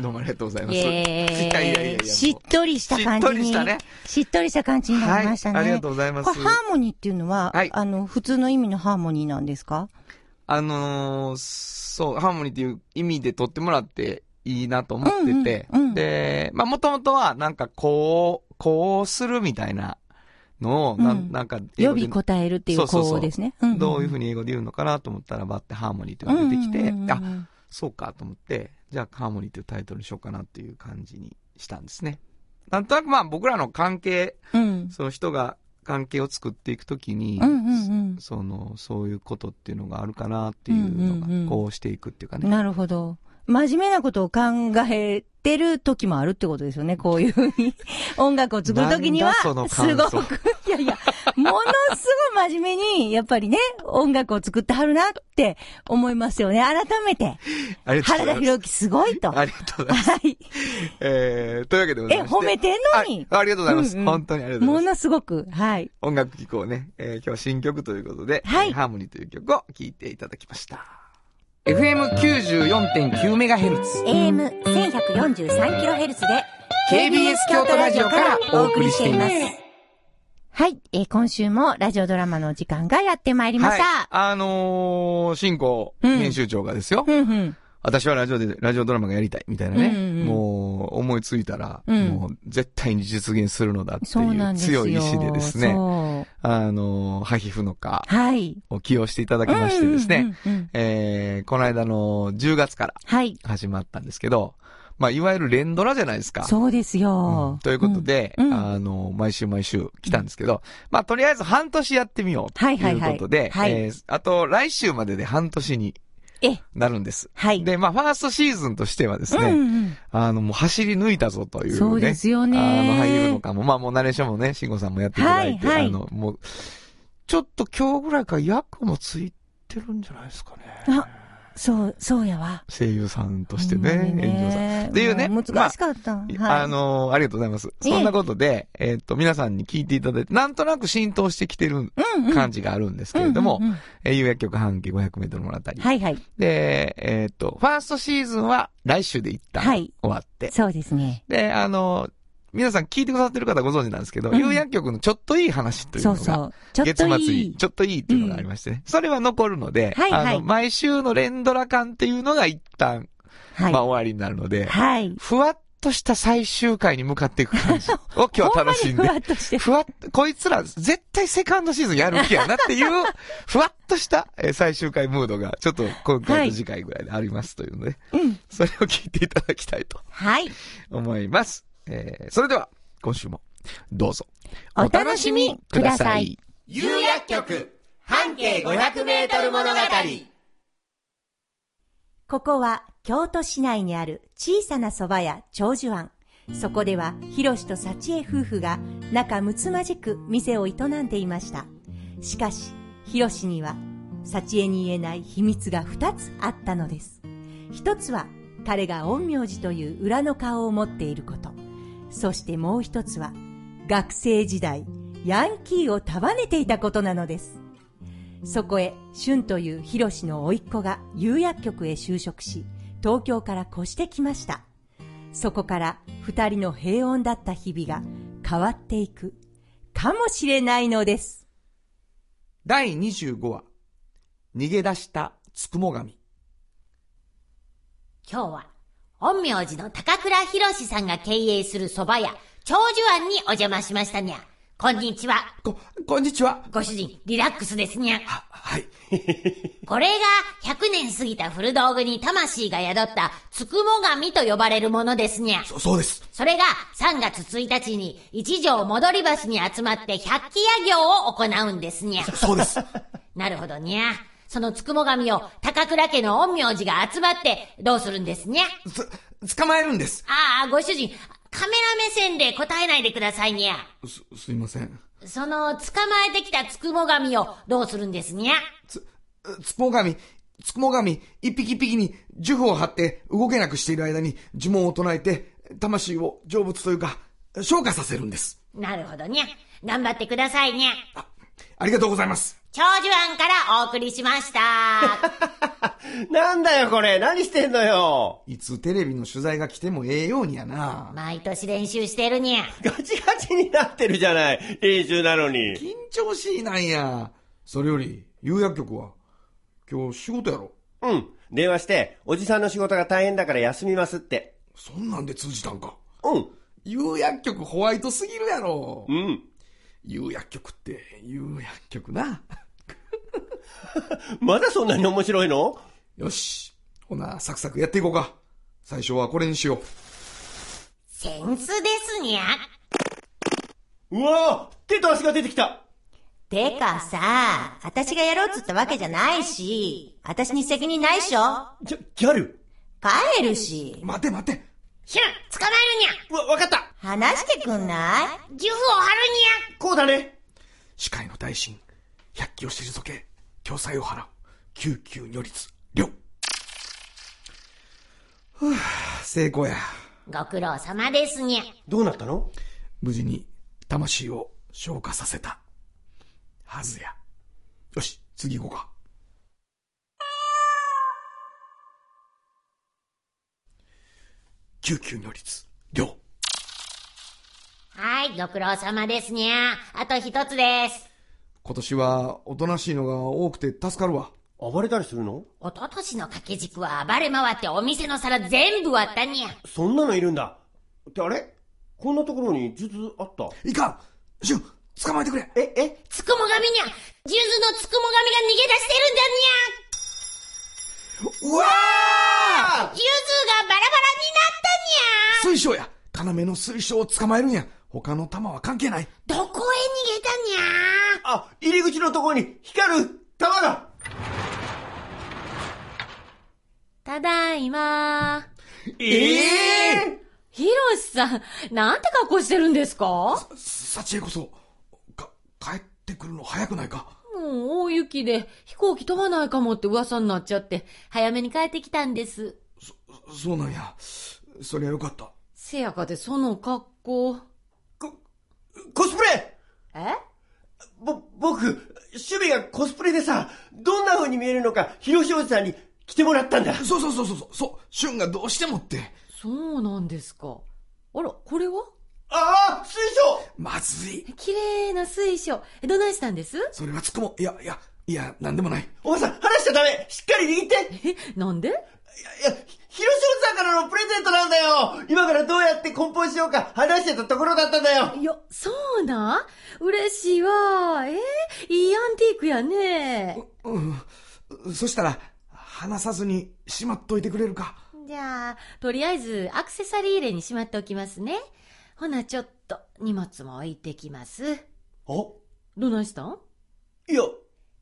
S2: どうもありがとうございます。
S3: イエーイ
S2: いやいやいやいや。
S3: しっとりした感じに。
S2: しっとりしたね。
S3: しっとりした感じになりましたね。
S2: はいありがとうございます
S3: これハーモニーっていうのは、
S2: はい
S3: あの、普通の意味のハーモニーなんですか
S2: あのーそう、ハーモニーっていう意味で撮ってもらっていいなと思ってて、
S3: うんうんうん
S2: で、まあ、もともとは、なんか、こう、こうするみたいなのを、な
S3: うん
S2: んなんか英
S3: 予
S2: 語で、
S3: 備答えるっていう
S2: そうそうそう
S3: 項ですね。
S2: どういうふう
S3: に
S2: に英語で言うのかなと思ったら、ばってハーモニーっていうのが出てきて、あ、
S3: あ、
S2: そうかと思って、じゃあハーモニーというタイトルにしようかなっていう感じにしたんですね。なんとなくまあ僕らの関係、
S3: うん。
S2: その人が関係を作っていくときに、
S3: うんうん
S2: その、そういうことっていうのがあるかなっていう
S3: うんうんう
S2: の
S3: ん
S2: が、こうしていくっていうか
S3: う
S2: ね。
S3: ん。なるほど。真面目なことを考えてる時もあるってことですよね。こういうふう
S2: [LAUGHS]
S3: に。音楽を作る時には、
S2: なんだそ
S3: す
S2: の
S3: ご
S2: 感想
S3: く、いやいや、ものすごい真面目に、やっぱりね、音楽を作ってはるなって思いますよね。改めて。
S2: ありがとうござ
S3: 原
S2: い
S3: 田
S2: ます。
S3: 博之すごいと。は
S2: ありがとうございます。
S3: い。
S2: えー、というわけでござい
S3: え、
S2: まして。
S3: 褒めてんのに。
S2: あありがとうございま
S3: う
S2: す。
S3: んうん
S2: 本当にありがとうござ
S3: も
S2: います。
S3: のすごく、はい。
S2: 音楽機構ね、えー今日は新曲ということで、
S3: はい
S2: えーハーモニーという曲を聴いていただきました。FM94.9MHz。
S1: AM1143kHz で
S2: KBS 京都ラジオからお送りしています。
S3: はい。えー今週もラジオドラマの時間がやってまいりました。
S2: はい、あのー、進行、
S3: うん
S2: 編集長がですよ、
S3: うんうん。
S2: 私はラジオで、ラジオドラマがやりたい、みたいなね。
S3: うんうんうん
S2: もう、思いついたら、
S3: うん
S2: もう、絶対に実現するのだって
S3: そう
S2: い
S3: なん
S2: う
S3: ですよ。
S2: 強い意志でですね、
S3: そう
S2: あのー、ハヒフのか
S3: はい。
S2: を起用していただきましてですね、
S3: うんうんうんうん
S2: えー、この間の10月から
S3: はい。
S2: 始まったんですけど、まあ、いわゆる連ドラじゃないですか。
S3: そうですよ
S2: う。んということで、
S3: うんうん
S2: あの、毎週毎週来たんですけど、まあ、とりあえず半年やってみようと
S3: はいいはいうはい
S2: ことで、
S3: はい
S2: えーあと、来週までで半年に
S3: ええ、
S2: なるんです。
S3: はい
S2: で、まあ、ファーストシーズンとしてはですね、
S3: うんうん
S2: あの、もう走り抜いたぞというね。
S3: そうですよね
S2: あの、俳優のかも、まあ、もうナレーションもね、慎吾さんもやっていただいて、
S3: はいはい
S2: あの、もう、ちょっと今日ぐらいから役もついてるんじゃないですかね。
S3: あ、そう、そうやわ。
S2: 声優さんとして
S3: ほんま
S2: ね、
S3: に
S2: 演者さん。っていうね
S3: も難しかった。はい、
S2: あのーありがとうございます。そんなことで、えっと、皆さんに聞いていただいて、なんとなく浸透してきてる
S3: うんうん、
S2: 感じがあるんですけれども
S3: うん、うんうん
S2: えー有薬局半径500メートルもらったり。
S3: はいはい。
S2: で、えっ、と、ファーストシーズンは来週で一旦
S3: は
S2: 終
S3: い
S2: わって。
S3: そうですね。
S2: で、あの、皆さん聞いてくださってる方ご存知なんですけど、
S3: うん
S2: 有薬局のちょっといい話という
S3: そ
S2: の
S3: う
S2: が、
S3: そう。ちょっ
S2: 月
S3: と
S2: 末
S3: い
S2: に
S3: い。
S2: ちょっといいっていうのがありましてね。それは残るので、
S3: はいはい
S2: あの、毎週の連ドラ感っていうのが一旦、
S3: はい。
S2: まあ終わりになるので、
S3: はい。
S2: ふわっとした最終回に向かっていく
S3: [LAUGHS]
S2: 感じを今日は楽しん
S3: ほん
S2: で
S3: ま。にふわっとして。
S2: ふわっと、こいつら絶対セカンドシーズンやる気や
S3: [LAUGHS]
S2: なっていう、ふわっとしたえー最終回ムードが、ちょっと今
S3: は
S2: 回
S3: い
S2: と次回ぐらいでありますというので、
S3: うん。
S2: それを聞いていただきたいと
S3: はい。
S2: 思います。えーそれでは、今週も、どうぞ。
S3: お楽しみください。
S5: 有薬局半径500メートル物語
S3: ここは京都市内にある小さな蕎麦屋長寿庵。そこでは、ひろしと幸恵夫婦が仲睦まじく店を営んでいました。しかし、ひろしには、幸恵に言えない秘密が二つあったのです。一つは、彼が陰陽師という裏の顔を持っていること。そしてもう一つは、学生時代、ヤンキーを束ねていたことなのです。そこへ、俊というヒロシの甥っ子が釉薬局へ就職し、東京から越してきました。そこから二人の平穏だった日々が変わっていく、かもしれないのです。
S4: 第25話逃げ出したつくも神
S6: 今日は、陰陽師の高倉博士さんが経営する蕎麦屋、長寿庵にお邪魔しましたにゃ。こんにちは。
S4: ここんにちは
S6: ご主人、リラックスですにゃ。
S4: はい
S6: これが、100年過ぎた古道具に魂が宿った、つくも神と呼ばれるものですにゃ。
S4: そそうです
S6: それが、3月1日に、一条戻り橋に集まって百鬼夜行を行うんですにゃ。
S4: そうです
S6: なるほどにゃ。そのつくも神を、高倉家の陰陽師が集まって、どうするんですにゃ。
S4: つ捕まえるんです
S6: ああ、ご主人、カメラ目線で答えないでくださいにゃ。
S4: すすいません
S6: その、捕まえてきたつくも神をどうするんですにゃ。
S4: つ、つくも神、つくも神、一匹一匹に呪符を張って動けなくしている間に呪文を唱えて、魂を成仏というか、消化させるんです。
S6: なるほどにゃ。頑張ってくださいにゃ。
S4: あ、ありがとうございます。
S6: 長寿庵からお送りしました。
S5: なんだよこれ何してんのよ
S4: いつテレビの取材が来てもええようにやな。
S6: 毎年練習してるにゃ。
S5: ガチガチになってるじゃない練習なのに。
S4: 緊張しいなんや。それより、有薬局は、今日仕事やろ。
S5: うん。電話して、おじさんの仕事が大変だから休みますって。
S4: そんなんで通じたんか。
S5: うん。
S4: 有薬局ホワイトすぎるやろ
S5: う。ん。
S4: 有薬局って、有薬局な。
S5: まだそんなに面白いの
S4: よし。ほな、サクサクやっていこうか。最初はこれにしよう。
S6: センスですにゃ。
S5: うわぁ手と足が出てきた
S6: てかさ、私がやろうっつったわけじゃないし、私に責任ないっしょ。
S5: ギャ、ギャル
S6: 帰るし。
S4: 待て待て。
S6: ひゅん、捕まえるにゃ。
S5: うわ、わかった
S6: 話してくんない呪符を張るにゃ。
S5: こうだね
S4: 司会の大臣、百鬼を退け、共済を払う、救急如律、了。ふぁ、成功や。
S6: ご苦労様ですにゃ。
S5: どうなったの
S4: 無事に魂を消化させた。はずや。よし、次行こうか。救急如律、了。
S6: はい、ご苦労様ですにゃ。あと一つです。
S4: 今年はおとなしいのが多くて助かるわ。
S5: 暴れたりするの
S6: おととしの掛け軸は暴れ回ってお店の皿全部割ったにゃ。
S5: そんなのいるんだってあれこんなところに術あった
S4: いかんシュン捕まえてくれ
S5: え、え
S6: つくもがみにゃ。数珠のつくもがみが逃げ出してるんだ
S4: うわあ
S6: にゃ。数珠がバラバラにな
S4: 水晶や要の水晶を捕まえるんや他の玉は関係ない
S6: ったにゃ。どこへ逃げたにゃ。
S5: あ、入り口のところに光る玉だ
S6: ただいま。
S5: ええ
S6: ひろしさん、なんて格好してるんですかも
S7: 幸恵こそ、か、帰ってくるの早くないか
S6: う大雪で飛行機飛ばないかもって噂になっちゃって、早めに帰ってきたんです。
S7: そうなんや。そりゃよかった。
S6: せやかでその格好。
S5: コスプレ
S6: え
S5: ぼ、僕、趣味がコスプレでさ、どんな風に見えるのか、広志おじさんに来てもらったんだ。
S7: そうそうそうそうそう、そう、俊がどうしてもって。
S6: そうなんですか。あら、これは
S5: ああ水晶
S7: まずい。
S6: 綺麗な水晶。えどないしたんです
S7: それはつくも、いや、いや、いや、なんでもない。
S5: おばさん、話しちゃダメしっかり握って
S6: え、なんで
S5: いや、ひ広島さんからのプレゼントなんだよ今からどうやって梱包しようか話してたところだったんだよ
S6: いや、そうなん嬉しいわ。えーいいアンティークやね。
S7: うん。そしたら、話さずにしまっといてくれるか。
S6: じゃあ、とりあえずアクセサリー入れにしまっておきますね。ほな、ちょっと荷物も置いてきます。
S5: あ
S6: どないしたん
S5: いや、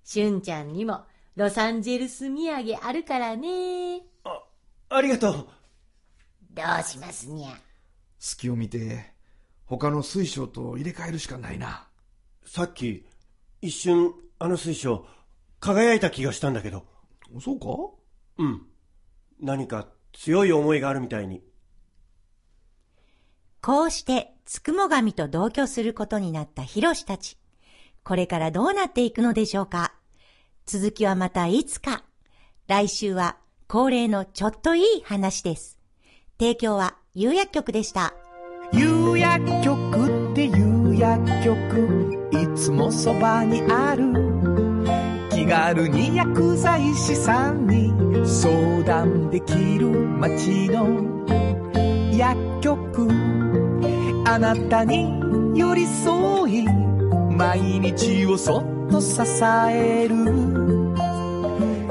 S6: しゅんちゃんにもロサンゼルス土産あるからね。
S5: ありがとう。
S6: どうしますにゃ。
S7: 隙を見て、他の水晶と入れ替えるしかないな。
S5: さっき、一瞬、あの水晶、輝いた気がしたんだけど。
S7: そうか
S5: うん。何か強い思いがあるみたいに。
S3: こうして、つくも神と同居することになったヒロシたち。これからどうなっていくのでしょうか続きはまたいつか。来週は恒例のちょっといい話です。提供は有薬局でした。
S4: 有薬局っていう薬局いつもそばにある気軽に薬剤師さんに相談できる街の薬局あなたに寄り添い毎日をそっと支える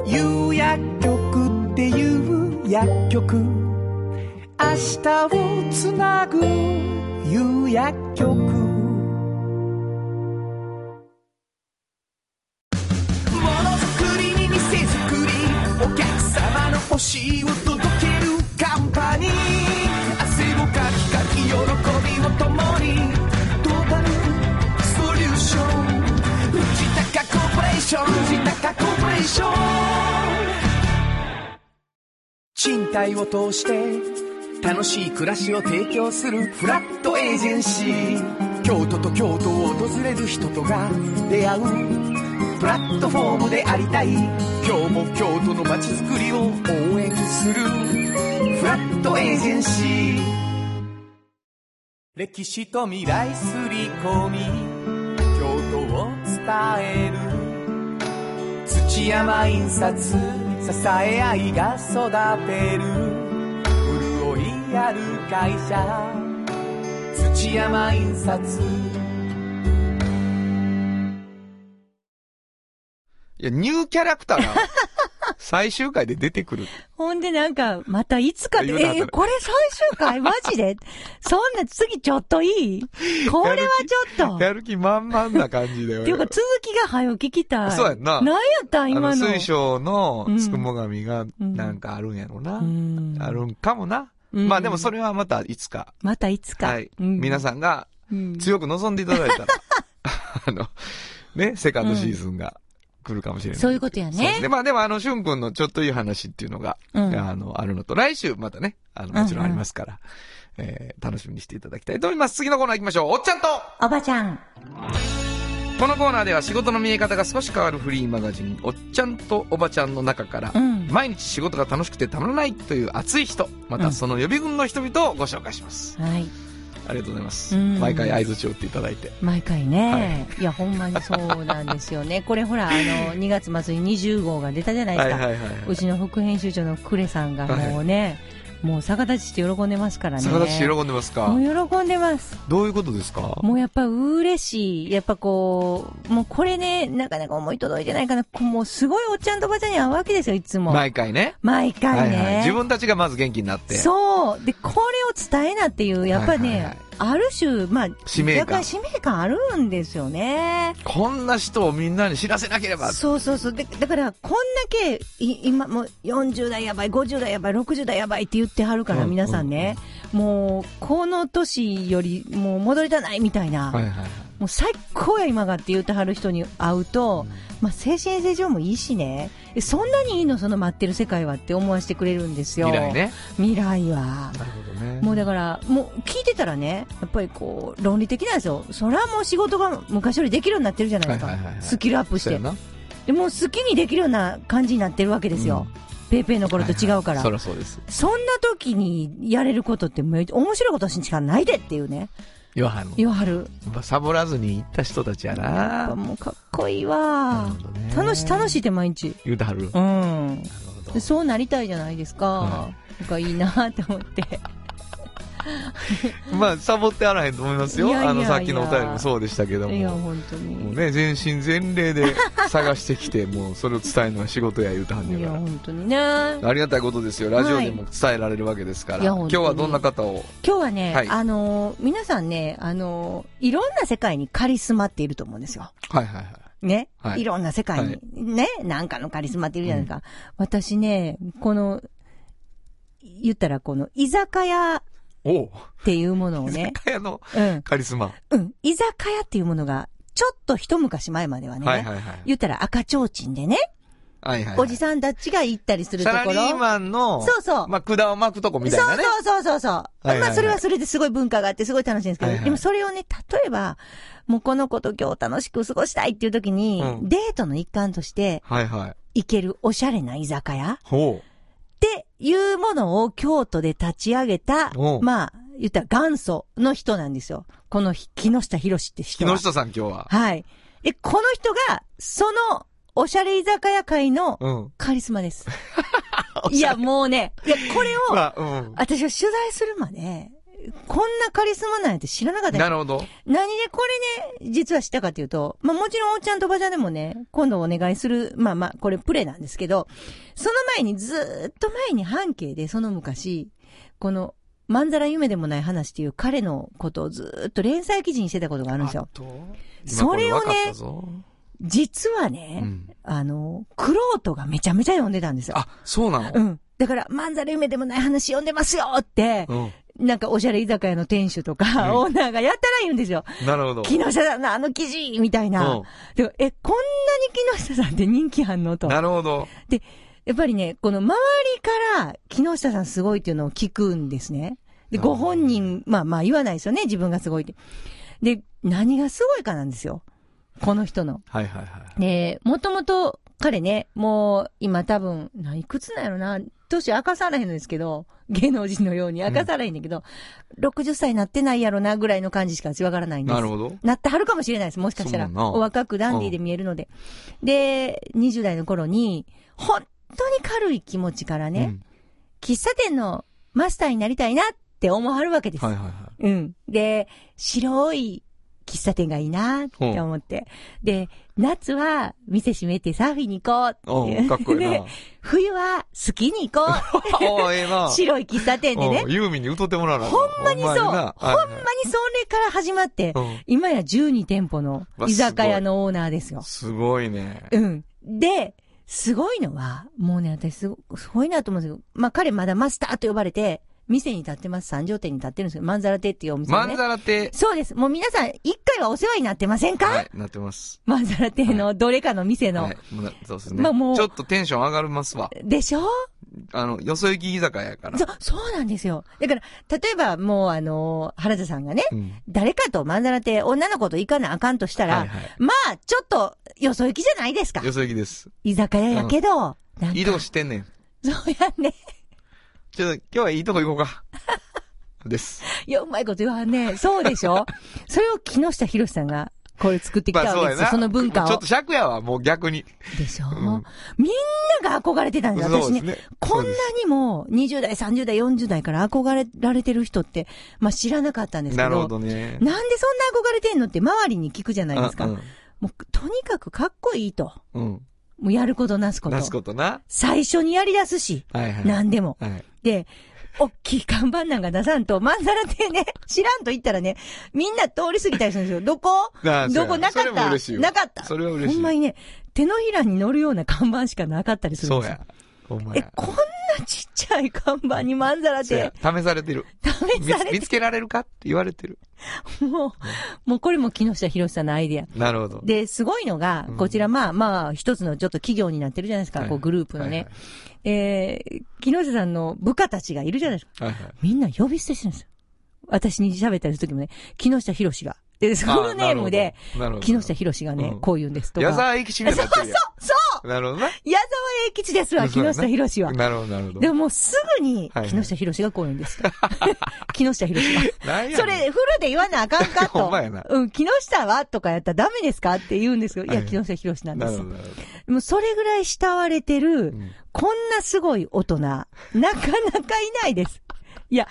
S4: 有薬局っていう薬局明日をつなぐ夕薬局ものづくりに店づくりお客様の欲しいを届けるカンパニー汗をかきかき喜びを共にトータルソリューション藤高コーポレーション藤高コーポレーション賃貸を通して楽しい暮らしを提供するフラットエージェンシー京都と京都を訪れる人とが出会うプラットフォームでありたい今日も京都の街づくりを応援するフラットエージェンシー歴史と未来すり込み京都を伝える土山印刷支え合いが育てる潤いある会社土山印刷
S2: いや、ニューキャラクターが、最終回で出てく
S4: [LAUGHS]
S2: る。
S3: ほんでなんか、またいつかって、
S2: 言うな
S3: えーこれ最終回マジ
S2: [LAUGHS]
S3: でそんな次ちょっといいこれはちょっと
S2: やる気満々な感じだよ。
S3: っていうか続きが早く聞きたい。
S2: そうやんな
S3: 何やったん
S2: あ
S3: 今の。
S2: の、水晶の
S3: うん
S2: つくも神が、なんかあるんやろな。あるんかもな。まあでもそ
S3: れ。
S2: れはまたいつか。
S3: またいつか。
S2: はい。皆
S3: ん
S2: さんが
S3: うん、
S2: 強く望んでいただいたら、 [LAUGHS] あの、ね、セカンドシーズンが来るかもしれない。
S3: そういうことや
S2: そうで
S3: ね。
S2: すね。まあでもあの、しゅんくんのちょっといい話っていうのが、
S3: うん
S2: あの、あるのと、来週またね、あの、もちろんありますから、えー、楽しみにしていただきたいと思います。次のコーナー行きましょう。おっちゃんと
S3: おばちゃん。
S2: このコーナーでは仕事の見え方が少し変わるフリーマガジン、おっちゃんとおばちゃんの中から、
S3: うん
S2: 毎日仕事が楽しくてたまらないという熱い人、またその予備軍の人々をご紹介します。
S3: はい。
S2: ありがとうございます。
S3: うん
S2: 毎回合図を打っていただいて。
S3: 毎回ね。いや、ほんまにそうなんですよね。これほら、あの、2月末に20号が出たじゃないですか。
S2: いは
S3: うちの副編集長のクレさんがもうね、もう逆立ちして喜んでますからね。
S2: 逆立ち喜んでますか
S3: もう喜んでます。
S2: どういうことですか
S3: もうやっぱ嬉しい。やっぱこう、もうこれね、なかなか思い届いてないかな。こうもうすごいおっちゃんとおばちゃんに会うわけですよ、いつも。
S2: 毎回ね。
S3: 毎回ね。
S2: 自分たちがまず元気になって。
S3: そう。で、これを伝えなっていう、やっぱね、
S2: はいはいはい
S3: ある種、まあ、
S2: 使命感
S3: 若干使命感あるんですよね。
S2: こんな人をみんなに知らせなければ。
S3: そうそうそう。で、だから、こんだけ、い今もう40代やばい、50代やばい、60代やばいって言ってはるから、
S2: うん
S3: 皆さんね、もう、この年より、もう戻りたないみたいな、
S2: はいはいはい。
S3: もう最高や今がって言ってはる人に会うと、まあ、精神衛生上もいいしね、えそんなにいいの、その待ってる世界はって思わせてくれるんですよ。
S2: 未来ね。
S3: 未来は。
S2: なるほどね
S3: もうだから、もう聞いてたらね、やっぱりこう、論理的なんですよ。それはもう仕事が昔よりできるようになってるじゃないですか。
S2: はいはいはいはい
S3: スキルアップし
S2: そう
S3: て
S2: や。な。
S3: でもう好きにできるような感じになってるわけですよ。ペイペイの頃と違うから。
S2: そりゃそうです。
S3: そんな時にやれることってめ面白いことしかないでっていうね。
S2: ヨハンも。
S3: 言わはる。
S2: やっぱサボらずに行った人たちや
S3: やっぱ
S2: な。
S3: もうかっこいいわ
S2: なるほどね。
S3: 楽しい、楽しいって毎日。
S2: 言うてはる。
S3: うん。でそうなりたいじゃないですか。なんかいいなって思 [LAUGHS] って。
S2: まあ、サボってあらへんと思いますよ。
S3: いやいやいや
S2: あの、さっきのお便りもそうでしたけども。
S3: いや、本当に。
S2: もうね、全身全霊で探して
S3: [LAUGHS]
S2: きて、もうそれを伝えるのは仕事や言うたはんね
S3: い
S2: や
S3: や、
S2: か
S3: 本当にね。今
S2: ら。ありがたいことですよ。ラジオでも伝えられるわけですから。
S3: いや
S2: 今
S3: 本当に
S2: 日はどんな方を。
S3: 日はね、
S2: はい
S3: あのー皆さんね、あのーいろんな世界にカリスマっていると思うんですよ。
S2: はいはいはい。
S3: ね、
S2: はい
S3: い、ろんな世界に、
S2: はい
S3: ね、なんかのカリスマっているじゃないですか。私ね、この、言ったらこの居酒屋っ
S2: おう
S3: ていうものをね、
S2: 酒屋の
S3: うん、
S2: カリスマ。
S3: うん、居酒屋っていうものが、ちょっと一昔前まではね、
S2: はいはいはい。
S3: 言ったら赤ちょうちんでね、
S2: はいはいはい。
S3: おじさんたちが行ったりすると
S2: サ
S3: こ
S2: ラリ
S3: ろ。
S2: ーマンの、
S3: そうそう
S2: まあ、管を巻くとこみたい
S3: そう
S2: なね。
S3: そうそうそうそう。
S2: いはいはい
S3: まあそれはそれですごい文化があってすごい楽しいんですけど、
S2: はいはい
S3: でもそれをね、例えば、もうこの子と今日楽しく過ごしたいっていう時に、
S2: うん
S3: デートの一環として
S2: はいはい。
S3: 行けるおしゃれな居酒屋
S2: ほ
S3: っていうものを京都で立ち上げた
S2: おう、
S3: まあ、言ったら元祖の人なんですよ。このひ木下博士って
S2: う。木
S3: 人は。
S2: 下さん今日は。
S3: はい。で、この人が、その、おしゃれ居酒屋界の
S2: うん。
S3: カリスマ
S2: [LAUGHS]
S3: です。いや、もうね、いや、これを、
S2: まあ、うん。
S3: 私は取材するまで、こんなカリスマなんやって知らなかった
S2: な
S3: よ
S2: るほど。
S3: 何でこれね、実は知ったかというと、まあもちろんおっちゃんとおばちゃんでもね、今度お願いする、まあまあ、これプレイなんですけど、その前にずーっと前に半径で、その昔、この、まんざら夢でもない話っていう彼のことをずーっと連載記事にしてたことがあるんですよ。それをね
S2: 今こ分かったぞ
S3: 実はね、
S2: うん
S3: あの、クロートがめちゃめちゃ読んでたんですよ。
S2: あ、そうなの
S3: うん。だから、まんざら夢でもない話読んでますよって、
S2: うん。
S3: なんかおしゃれ居酒屋の店主とか、
S2: うん
S3: オーナーがやたら言うんですよ。
S2: なるほど。
S3: 木下さんのあの記事みたいな。
S2: うん
S3: でえ、こんなに木下さんって人気あんのと。
S2: なるほど。
S3: で、やっぱりね、この周りから木下さんすごいっていうのを聞くんですね。で、ご本人、まあまあ言わないですよね、自分がすごいって。で、何がすごいかなんですよ。この人の。
S2: はいはいはい。
S3: で、もともと彼ね、もう今多分、ないくつなんやろな、年明かされへんのですけど、芸能人のように明かされへんだけど、60歳なってないやろなぐらいの感じしか私わからないんです。
S2: なるほど。
S3: なってはるかもしれないです、もしかしたら
S2: そう。やな
S3: お若くダンディーで見えるので。で、20代の頃に、本当に軽い気持ちから
S2: う
S3: ね、
S2: ん
S3: 喫茶店のマスターになりたいなって思わはるわけです。
S2: はいはいはい。
S3: うん。で、白い喫茶店がいいなって思って。で、夏は店閉めてサーフィンに行こうってい
S2: うん、
S3: う。
S2: かっこいいな
S3: で。冬はスキーに行こう。
S2: [LAUGHS] おおえ
S3: [LAUGHS]
S2: えな。
S3: 白い喫茶店でね。ほんま
S2: う
S3: に
S2: んユーミンに歌ってもらわなあか
S3: ほ
S2: ん。
S3: んまにそう
S2: ほんまなはいはい
S3: それから始まって、
S2: うん
S3: 今や12店舗の居酒屋のオーナーですよ。
S2: すごいね。
S3: うん。で、すごいのは、もうね、私すごすごいなと思うんですけど、まあ彼まだマスターと呼ばれて、店に立ってます。三条店に立ってるんですけど、まんざら亭っていうお店
S2: ま
S3: ね。
S2: んざらて、
S3: そうです。もう皆さん、一回はお世話になってませんか、
S2: はい、なってます。
S3: まんざら亭のどれかの店の。
S2: はい、もうなそうですね。
S3: まあもう
S2: ちょっとテンション上がりますわ。
S3: でしょ
S2: あの、よそ行き居酒屋やから。
S3: そそうなんですよ。だから、例えばもうあのー原田さんがね、
S2: うん
S3: 誰かとまんざら亭、女の子と行かなあかんとしたら、
S2: はいはい
S3: まあ、ちょっと、よそ行きじゃないですか
S2: よ。そ行きです。
S3: 居酒屋やけど、なんか
S2: 移動してんねん。
S3: そうやね。
S2: ちょっと、今日はいいとこ行こうか。
S8: [LAUGHS]
S2: です。
S3: いや、うまいこと言わんね。そうでし
S2: [LAUGHS]
S3: ょそれを木下博さんが、これ作ってき
S2: ま
S3: た
S2: あ
S3: わけ
S2: そ
S3: で
S2: うや
S3: すよ。
S2: な。
S3: その文化
S2: ちょ
S3: を
S2: っと。尺やわ、もう逆に。
S3: でしょ、
S2: ん
S3: みんなが憧れてたんですよ。
S2: そ
S3: 私
S2: うで
S3: ね
S2: すね
S3: こんな
S2: そ
S3: に
S2: う
S3: も、20代、30代、40代から憧れられてる人って、まあ知らなかったんですけど。
S2: なるほどね。
S3: なんでそんな憧れてんのって周りに聞くじゃないですか。
S2: うん
S3: もう、とにかくかっこいいと。
S2: うん。
S3: もうやることなすこと。
S2: なすことな。
S3: 最初にやり出すし、
S2: はいはい。
S3: 何でも。
S2: はい。
S3: で、
S8: 大きい看板なんか出さんと、まんざらでね、知らんと言ったらね、みんな通り過ぎたりするんですよ。どこ
S2: ああそうや
S8: どこなか
S2: それ
S8: っ
S2: も
S8: た
S2: 嬉しいわ
S8: なかった
S2: それは嬉しい
S8: ほんまにね、手のひらに乗るような看板しかなかったりするん
S2: そう
S8: ですよ。
S2: や。ほんま
S8: え
S2: や、。
S8: こんなちっちゃい看板にまんざら
S2: そうや
S8: で、
S2: 試されてる。
S8: 試
S2: 見
S8: さ
S2: つ
S8: れ
S2: 見つけられるかって言われてる。
S8: ても、もうこれも木下博さんのアイデア。
S2: なるほど。
S8: で、すごいのが、こちら、まあまあ、一つのちょっと企業になってるじゃないですか、
S2: はい
S8: こうグループのね。
S2: は
S8: えー、木下さんの部下たちがいるじゃないですか。
S2: はいはい。
S8: みんな呼び捨てしてるんですよ。私に喋ったりするときもね、木下博士が。で、スクールネームで
S2: あなるほどなるほ、ど
S8: 木下博士がね
S2: う、ん
S8: こう言うんですとか。
S2: 矢沢永吉みたいになってるやん。
S8: そう
S2: なるほどな。
S8: 矢沢永吉ですわ、木
S2: そうやな
S8: 下博士は。
S2: なるほど、なるほど。
S8: でももうすぐに
S2: はい、はい
S8: 木下博士がこう言うん
S2: [LAUGHS]
S8: です。木下博士が。
S2: なんやねん
S8: それ、フルで言わなあかんか
S2: ほ
S8: と
S2: んまやな。
S8: うん、木下はとかやったらダメですかって言うんですけど、い
S2: は
S8: や、
S2: い
S8: 木下博士なん
S2: な
S8: で
S2: る
S8: す
S2: ほど。。なるほど
S8: もうそれぐらい慕われてる、こんなすごい大人、なかなかいないです。いや、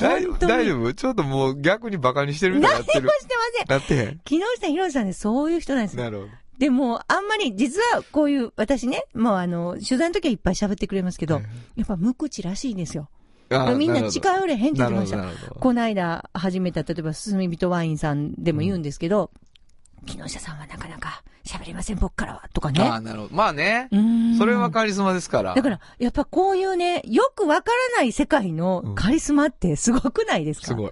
S2: 大丈
S8: 本
S2: 夫
S8: 当に。
S2: 大丈夫ちょっともう逆にバカにしてるみたいに
S8: 何
S2: な
S8: も
S2: っ
S8: して
S2: てる
S8: ま。せん。
S2: なってへん。
S8: 木下博士さんね、そういう人なんですよ。
S2: なるほど。
S8: でも、あんまり、実はこういう、私ね、もうあの、取材の時はいっぱい喋ってくれますけど、やっぱ無口らしいんですよ。
S2: あー
S8: みん
S2: る
S8: な
S2: ほど
S8: 近寄れへんって言ってました
S2: なるほどなるほ。ど
S8: この間始めた、例えば、すすみ人ワインさんでも言うんですけど、木下さんはなかなか喋れません、僕からは、とかね。
S2: ああ、なるほど。まあね
S8: う。ん
S2: それはカリスマですから。
S8: だから、やっぱこういうね、よくわからない世界のカリスマってすごくないですか、
S2: すごい。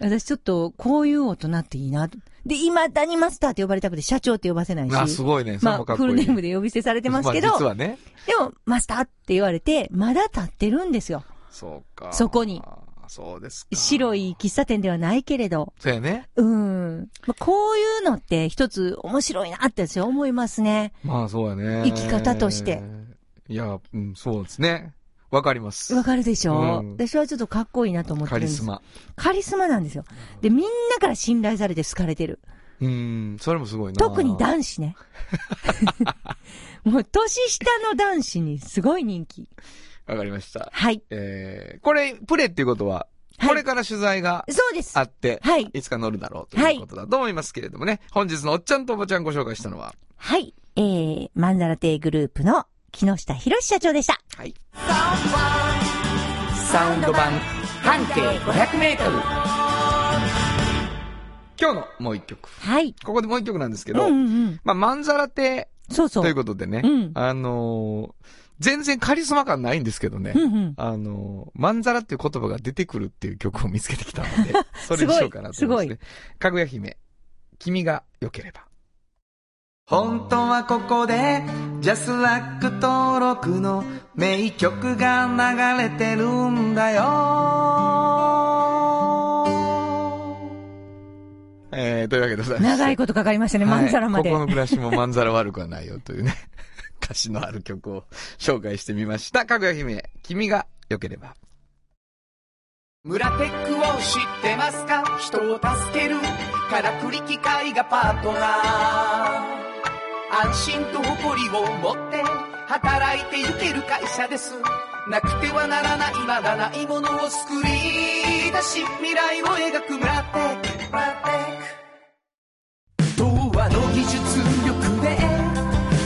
S8: 私ちょっと、こういう大人っていいな。で、今、ダニマスターって呼ばれたくて、社長って呼ばせないし。
S2: あすごいねそれ
S8: ま
S2: もか
S8: あ、
S2: っこ
S8: フ
S2: いい
S8: ルネームで呼び捨てされてますけど、
S2: まあ実はね。
S8: でも、マスターって言われて、まだ立ってるんですよ。
S2: そうか。
S8: そこに。
S2: そうですか。
S8: 白い喫茶店ではないけれど。
S2: そうやね。
S8: うん。まあ、こういうのって一つ面白いなって私は思いますね。
S2: まあそうやね。
S8: 生き方として。
S2: いや、うん、そうですね。わかります。
S8: わかるでしょ、
S2: うん
S8: 私はちょっとかっこいいなと思って
S2: カ
S8: るんで
S2: リ
S8: す。
S2: ス。マ。
S8: カリスマなんですよ。で、みんなから信頼されて好かれてる。
S2: うん、それもすごいな。
S8: 特に男子ね。 [LAUGHS] もう、年下の男子にすごい人気。
S2: わかりました。
S8: はい。
S2: えー、これ、プレっていうことは、
S8: はい
S2: これから取材が
S8: そうです。
S2: あって、
S8: はい
S2: いつか乗るだろうということだと思いますけれどもね、本日のおっちゃんとおばちゃんご紹介したのは、
S8: はい。えー、マンザラテグループの木下博社長でした。
S2: はい。
S4: サウンド版半径500メートル
S2: 今日のもう一曲。
S8: はい。
S2: ここでもう一曲なんですけ
S8: うん
S2: ど、
S8: うんうん。
S2: まあ、まんざらて
S8: そうそう。
S2: ということでね、
S8: うん
S2: あのー全然カリスマ感ないんですけどね、
S8: うんうん
S2: あのーまんざらっていう言葉が出てくるっていう曲を見つけてきたの
S8: [LAUGHS]
S2: で、それにしようかなと思いますね。かぐや姫、君が良ければ。
S4: 本当はここでジャスラック登録の名曲が流れてるんだよ
S2: えー、というわけでございます。
S8: 長いことかかりましたね、
S2: はい
S8: まんざらまで。
S2: ここの暮らしもまんざら悪くはないよというね、 [LAUGHS] 歌詞のある曲を紹介してみました。かぐや姫、君が良ければ。
S4: 村テックを知ってますか人を助けるからくり機械がパートナー安心と誇りを持って働いてゆける会社ですなくてはならないまだないものを作り出し未来を描く村テック村テック童話の技術力で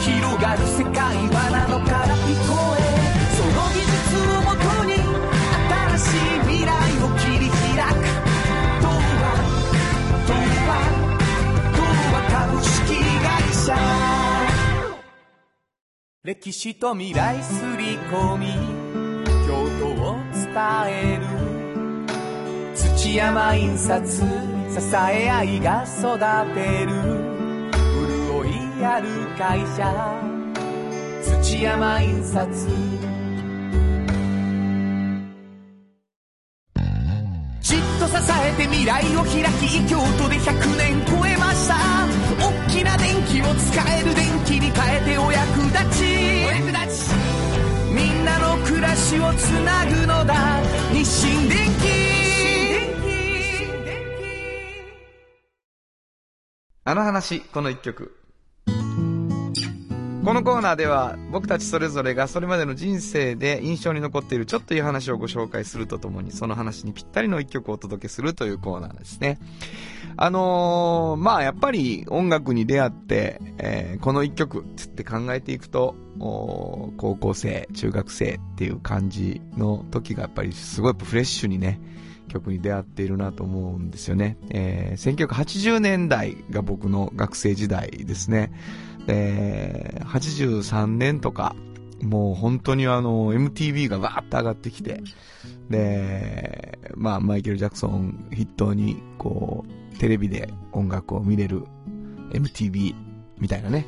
S4: 広がる世界はなのから聞こえその技術をもとに新しい未来を切り開く童話童話童話株式会社歴史と未来すり込み京都を伝える土山印刷支え合いが育てる潤いある会社土山印刷じっと支えて未来を開き京都で100年超えました大きな電気を使える電気に変えてお役立ちお役立ちみんなの暮らしをつなぐのだ日清電気
S2: あの話、この一曲。このコーナーでは僕たちそれぞれがそれまでの人生で印象に残っているちょっといい話をご紹介するとともにその話にぴったりの一曲をお届けするというコーナーですね。あのーまあやっぱり音楽に出会って、えーこの一曲つって考えていくとおー高校生、中学生っていう感じの時がやっぱりすごいフレッシュにね、曲に出会っているなと思うんですよね。えー1980年代が僕の学生時代ですね。で、83年とか、もう本当にあの、MTV がわーっと上がってきて、で、まあ、マイケル・ジャクソン筆頭に、こう、テレビで音楽を見れる MTV みたいなね。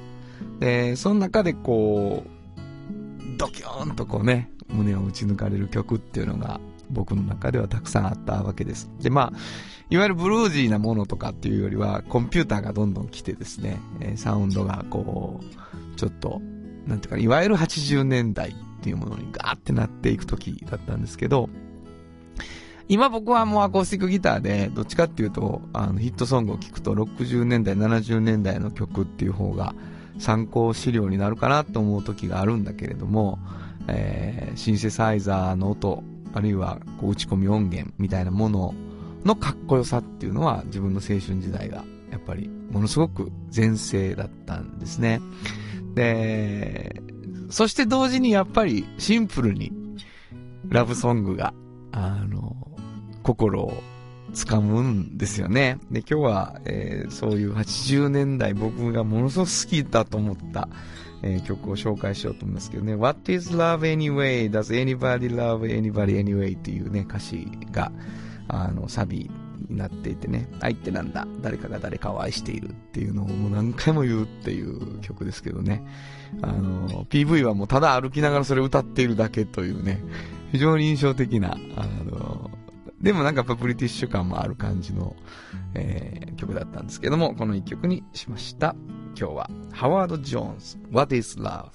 S2: で、その中でこう、ドキョーンとこうね、胸を打ち抜かれる曲っていうのが僕の中ではたくさんあったわけです。で、まあ、いわゆるブルージーなものとかっていうよりは、コンピューターがどんどん来てですね、えーサウンドがこう、ちょっと、なんていうかな、いわゆる80年代っていうものにガーってなっていく時だったんですけど、今僕はもうアコースティックギターで、どっちかっていうと、あの、ヒットソングを聴くと60年代、70年代の曲っていう方が参考資料になるかなと思う時があるんだけれども、えーシンセサイザーの音、あるいはこう打ち込み音源みたいなもののかっこよさっていうのは自分の青春時代がやっぱりものすごく前世だったんですね。で、そして同時にやっぱりシンプルにラブソングが、あの、心を掴むんですよね。で、今日は、えーそういう80年代僕がものすごく好きだと思った、えー曲を紹介しようと思いますけどね。What is love anyway? Does anybody love anybody anyway? っていうね、歌詞が、あの、サビになっていてね。愛ってなんだ誰かが誰かを愛しているっていうのをもう何回も言うっていう曲ですけどね。あの、PV はもうただ歩きながらそれを歌っているだけというね。非常に印象的な、あの、でもなんかやっぱブリティッシュ感もある感じの、えー曲だったんですけども、この一曲にしました。今日は、ハワード・ジョーンズ、What is Love?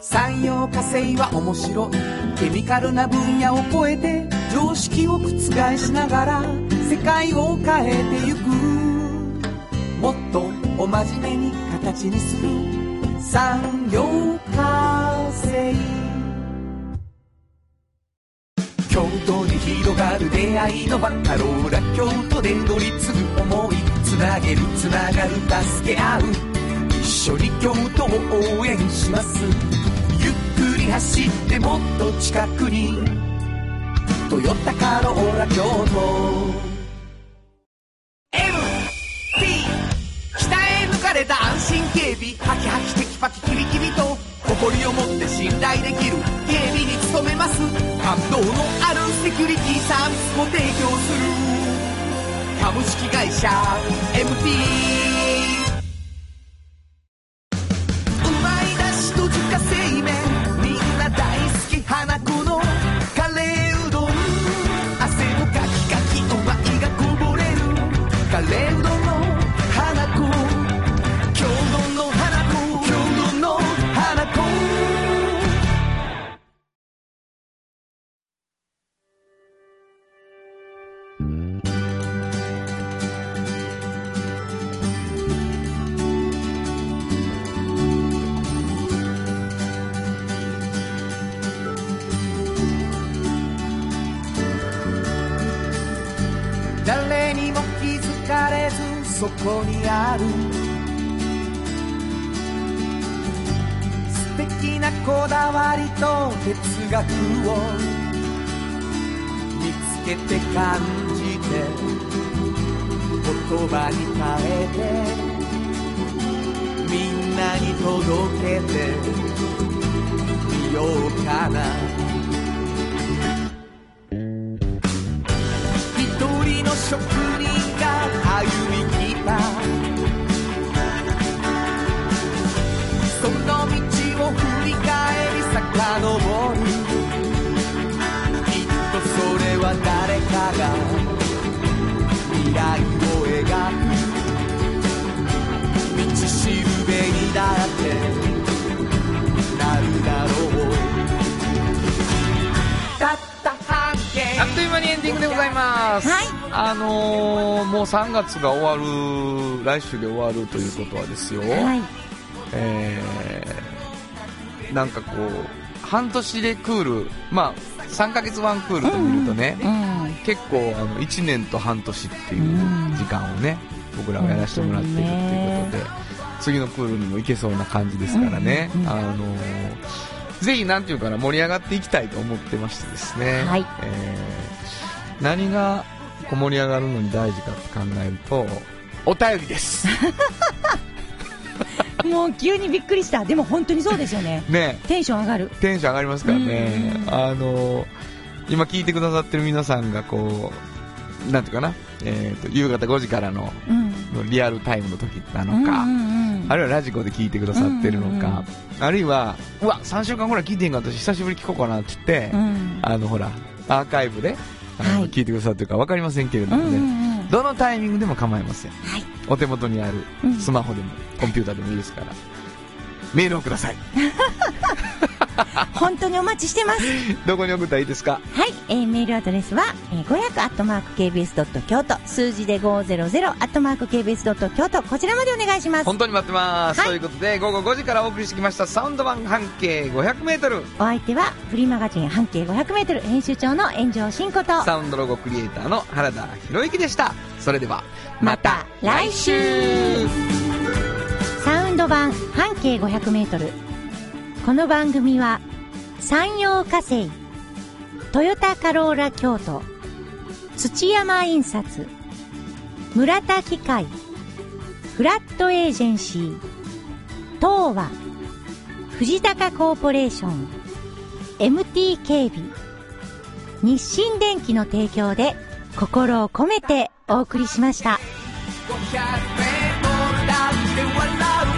S4: 産業化成は面白いケミカルな分野を超えて常識を覆しながら世界を変えてゆくもっとお真面目に形にする産業化成京都に広がる出会いの場カローラ京都で乗り継ぐ思いつなげるつながる助け合う一緒に京都を応援しますゆっくり走ってもっと近くに「トヨタカローラ京都」MT 鍛え抜かれた安心警備ハキハキテキパキキビキビと誇りを持って信頼できる警備に努めます感動のあるセキュリティサービスも提供する株式会社 MT うまいだしと自家製麺みんな大好き花子のカレーうどん汗をかきかきお前がこぼれるカレーうどんの花子京都の花子京都の花子誰にも気づかれずそこにある素敵なこだわりと哲学を見つけて感じて言葉に変えてみんなに届けてみようかな一人の職人が歩みきたその道を振り返り遡るきっとそれは誰かが未来を描く道しるべにだってなるだろうたった半径
S2: あっという間にエンディングでございます。
S3: はい
S2: あのーもう3月が終わる、来週で終わるということはですよ、
S3: はい。
S2: えーなんかこう、半年でクール、まあ、3ヶ月ワンクールと見るとね、
S3: うん。
S2: 結構あの1年と半年っていう時間をね、僕らがやらせてもらってるっていうことで、次のクールにも行けそうな感じですからね、
S3: うんうんうん
S2: あのーぜひなんていうかな、盛り上がっていきたいと思ってましてですね、
S3: はい
S2: えー何がこう盛り上がるのに大事かって考えると、お便り
S3: [LAUGHS]
S2: です。
S8: [LAUGHS]
S3: もう急にびっくりした。でも本当にそうですよね。
S2: ね
S3: テンション上がる。
S2: テンション上がりますからね、
S3: うん
S2: あの今聞いてくださってる皆さんがこうなんていうかな、えーと夕方5時からの
S3: うん。
S2: リアルタイムの時な
S3: うん
S2: のか、
S3: うんうん
S2: あるいはラジコで聞いてくださってるのか、あるいはうわ3週間ぐらい聞いてんかったし久しぶりに聞こうかなって言って、
S3: うん
S2: あのほらアーカイブであの、
S3: はい
S2: 聞いてくださってるか分かりませんけれ
S3: う
S2: ど
S3: ん
S2: も
S3: うん
S2: ね、
S3: うん
S2: どのタイミングでも構いません、
S3: い
S2: お手元にある
S3: うん
S2: スマホでも、コンピューターでもいいですからメールをください
S3: 本当にお待ちしてます。
S2: どこに送ったらいいですか
S3: はい、えーメールアドレスは、えー、500アットマーク KBS ドット京都、数字で500アットマーク KBS ドット京都、こちらまでお願いします。
S2: 本当に待ってます、
S3: はい
S2: ということで午後5時からお送りしてきましたサウンド版半径 500m
S3: お相手は、フリーマガジン半径500メートル編集長の炎上真子と、
S2: サウンドロゴクリエイターの原田博之でしたそれでは
S3: サウンド版半径500メートル。この番組は、山陽火星、トヨタカローラ京都、土山印刷、村田機械、フラットエージェンシー、東和、藤高コーポレーション、MT 警備、日清電機の提供で心を込めてお送りしました。
S4: 500メートルだって笑う